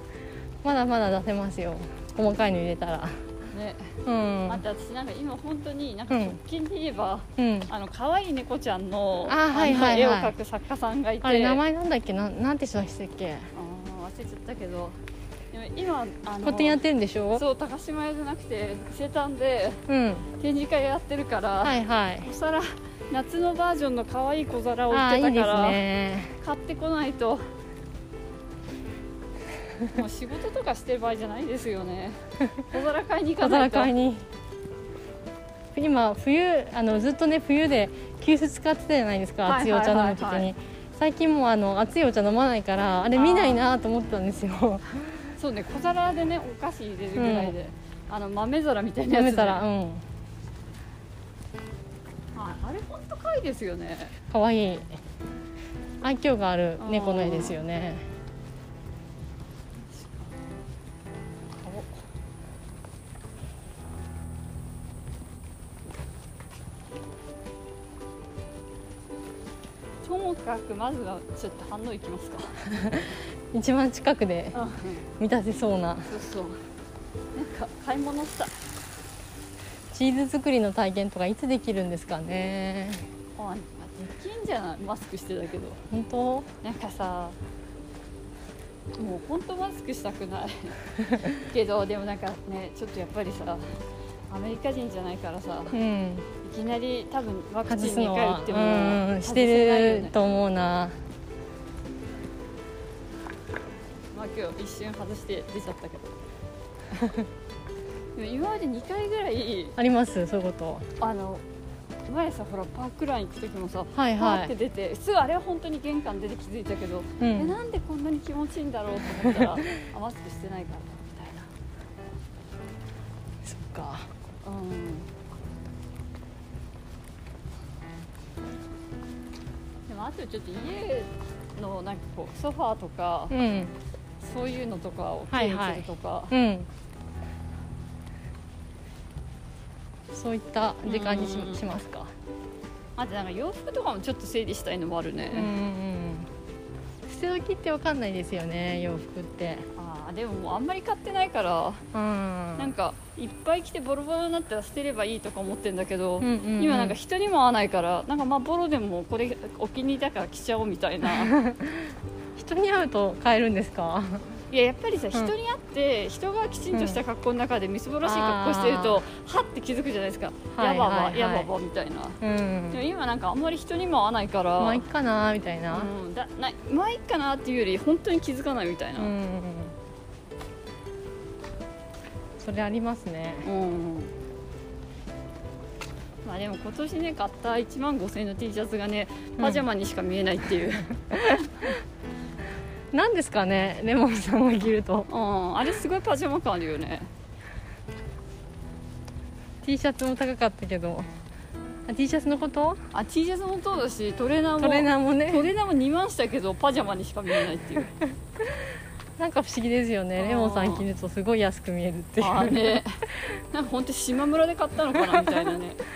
[SPEAKER 2] まだまだ出せますよ細かいの入れたら
[SPEAKER 1] ね
[SPEAKER 2] うん
[SPEAKER 1] あと私なんか今本当になんか直近で言えば、
[SPEAKER 2] うん
[SPEAKER 1] あの可愛い猫ちゃんの
[SPEAKER 2] あはいはいはい
[SPEAKER 1] あの絵を描く作家さんがいて
[SPEAKER 2] あれ名前なんだっけなんなんて人でしたっけ
[SPEAKER 1] あー忘れちゃったけどでも今あの
[SPEAKER 2] 勝手にやってるんでしょ
[SPEAKER 1] そう高島屋じゃなくて伊勢丹で
[SPEAKER 2] うん
[SPEAKER 1] 展示会やってるから、
[SPEAKER 2] はいはい
[SPEAKER 1] お皿夏のバージョンの可愛い小皿を売
[SPEAKER 2] ああ
[SPEAKER 1] って
[SPEAKER 2] ーい
[SPEAKER 1] た
[SPEAKER 2] いで
[SPEAKER 1] か
[SPEAKER 2] す
[SPEAKER 1] ら
[SPEAKER 2] ね
[SPEAKER 1] 買ってこない ともう仕事とかしてる場合じゃないですよね小皿買いに行か
[SPEAKER 2] 小
[SPEAKER 1] な
[SPEAKER 2] 皿
[SPEAKER 1] いと
[SPEAKER 2] 買いに今冬あのずっとね冬で急須使ってたじゃないですか
[SPEAKER 1] はい
[SPEAKER 2] 熱いお茶飲む時
[SPEAKER 1] はいはいは
[SPEAKER 2] に最近もうあの熱いお茶飲まないからあれ見ないなと思ったんですよ
[SPEAKER 1] そうね小皿でねお菓子入れるぐらいで、あの豆皿みたいな
[SPEAKER 2] や
[SPEAKER 1] やつ
[SPEAKER 2] め
[SPEAKER 1] で
[SPEAKER 2] たらうん
[SPEAKER 1] ああれ本当可愛いですよね
[SPEAKER 2] 可愛い愛嬌がある猫の絵ですよね
[SPEAKER 1] ともかくまずはちょっと反応いきますか
[SPEAKER 2] 一番近くで満たせそうな
[SPEAKER 1] そうそうなんか買い物した
[SPEAKER 2] チーズ作りの体験とかいつできるんですかね
[SPEAKER 1] あできんじゃないマスクしてたけど
[SPEAKER 2] 本当
[SPEAKER 1] なんかさもう本当マスクしたくないけどでもなんかねちょっとやっぱりさアメリカ人じゃないからさ
[SPEAKER 2] うん
[SPEAKER 1] いきなり多分ワク
[SPEAKER 2] 外
[SPEAKER 1] チン
[SPEAKER 2] すの
[SPEAKER 1] 2回打
[SPEAKER 2] は
[SPEAKER 1] っても
[SPEAKER 2] うんうんし
[SPEAKER 1] 外せないよ
[SPEAKER 2] て
[SPEAKER 1] ね
[SPEAKER 2] ると思うな
[SPEAKER 1] まあ今日一瞬外して出ちゃったけど でも今まで2回ぐらい
[SPEAKER 2] ありますそういうこと
[SPEAKER 1] あの前さほらパークラン行く時もさ
[SPEAKER 2] はい
[SPEAKER 1] パ
[SPEAKER 2] は
[SPEAKER 1] ーって
[SPEAKER 2] い、
[SPEAKER 1] 出て普通あれは本当に玄関出て気づいたけど、
[SPEAKER 2] う
[SPEAKER 1] え
[SPEAKER 2] ん、
[SPEAKER 1] なんでこんなに気持ちいいんだろうと思 ったらあマスクしてないからみたいな
[SPEAKER 2] そっか
[SPEAKER 1] うんあとちょっと家のなんかこうソファーとか、
[SPEAKER 2] うん
[SPEAKER 1] そういうのとかを綺麗にするとか、
[SPEAKER 2] うんそういった時間にし
[SPEAKER 1] うん
[SPEAKER 2] しますか
[SPEAKER 1] あとなんか洋服とかもちょっと整理したいのもある
[SPEAKER 2] うん
[SPEAKER 1] ね、
[SPEAKER 2] うん捨て置きってわかんないですよね洋服って
[SPEAKER 1] ああでももうあんまり買ってないから
[SPEAKER 2] うん
[SPEAKER 1] なんかいっぱい着てボロボロになったら捨てればいいとか思ってんだけど、
[SPEAKER 2] うんうんうん
[SPEAKER 1] 今なんか人にも合わないからなんかまあボロでもこれお気に入りだから着ちゃおうみたい な
[SPEAKER 2] 人に会うと買えるんですか
[SPEAKER 1] いややっぱりさ人に会って人がきちんとした格好の中でみすぼらしい格好してるとはって気づくじゃないですか
[SPEAKER 2] はい
[SPEAKER 1] やば
[SPEAKER 2] はい
[SPEAKER 1] ば
[SPEAKER 2] はい
[SPEAKER 1] やばばみたいな
[SPEAKER 2] うん
[SPEAKER 1] でも今なんかあんまり人にも合わないから
[SPEAKER 2] まあいっかなみたいな
[SPEAKER 1] うん、だなまあいっかなっていうより本当に気づかないみたいな、
[SPEAKER 2] うんうんうんそれありますね
[SPEAKER 1] うんまあでも今年ね買った1万5000円の T シャツがねパジャマにしか見えないって いう、
[SPEAKER 2] なんですかねレモンさんが着ると
[SPEAKER 1] うん、あれすごいパジャマ感あるよね
[SPEAKER 2] T シャツも高かったけどあ T シャツのこと
[SPEAKER 1] あ T シャツもそうだしトレーナーも
[SPEAKER 2] トレーナーも
[SPEAKER 1] ト
[SPEAKER 2] ね
[SPEAKER 1] レーナーも2万したけどパジャマにしか見えない っていう
[SPEAKER 2] なんか不思議ですよ
[SPEAKER 1] あ
[SPEAKER 2] ね
[SPEAKER 1] ー
[SPEAKER 2] レモンさん着るとすごい安く見えるっていう
[SPEAKER 1] ああねなんか本当島村で買ったのかなみたいなね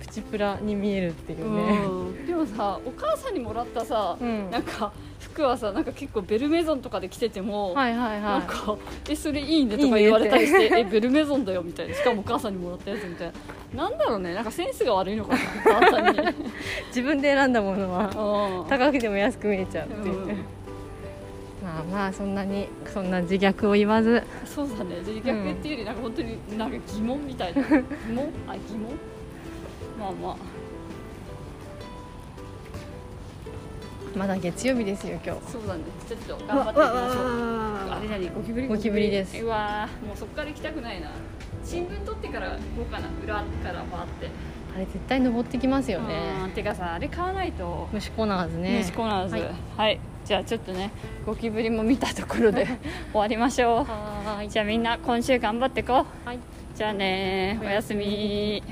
[SPEAKER 2] プチプラに見えるっていうね
[SPEAKER 1] うんでもさお母さんにもらったさ、
[SPEAKER 2] うん
[SPEAKER 1] なんか服はさなんか結構ベルメゾンとかで着てても、
[SPEAKER 2] はいはい
[SPEAKER 1] なん
[SPEAKER 2] は
[SPEAKER 1] か「えそれいいね」とか言われたりして「えベルメゾンだよ」みたいなしかもお母さんにもらったやつみたいななんだろうねなんかセンスが悪いのかな母さんに
[SPEAKER 2] い自分で選んだものは
[SPEAKER 1] うん
[SPEAKER 2] 高くても安く見えちゃうっていう、
[SPEAKER 1] うん
[SPEAKER 2] まあまあそんなにそんな自虐を言わず
[SPEAKER 1] そうだね自虐っていうよりなんか本当になんか疑問みたいな疑問あ疑問まあまあ
[SPEAKER 2] まだ月曜日ですよ今日
[SPEAKER 1] そうだねちょっと頑張っていきましょうあれ何ゴキブリ
[SPEAKER 2] ゴキブリです
[SPEAKER 1] うわーもうそこから行きたくないな新聞取ってから行こうかな裏からバーって
[SPEAKER 2] あれ絶対登ってきますよ
[SPEAKER 1] うん
[SPEAKER 2] ね
[SPEAKER 1] てかさあれ買わないと
[SPEAKER 2] 虫コーナーズね
[SPEAKER 1] ね、コーナーズ
[SPEAKER 2] はい
[SPEAKER 1] はい、じゃあちょっとねゴキブリも見たところ で終わりましょ
[SPEAKER 2] はー
[SPEAKER 1] う
[SPEAKER 2] い
[SPEAKER 1] じゃあみんな今週頑張ってこう
[SPEAKER 2] はい
[SPEAKER 1] じゃあねおやすみ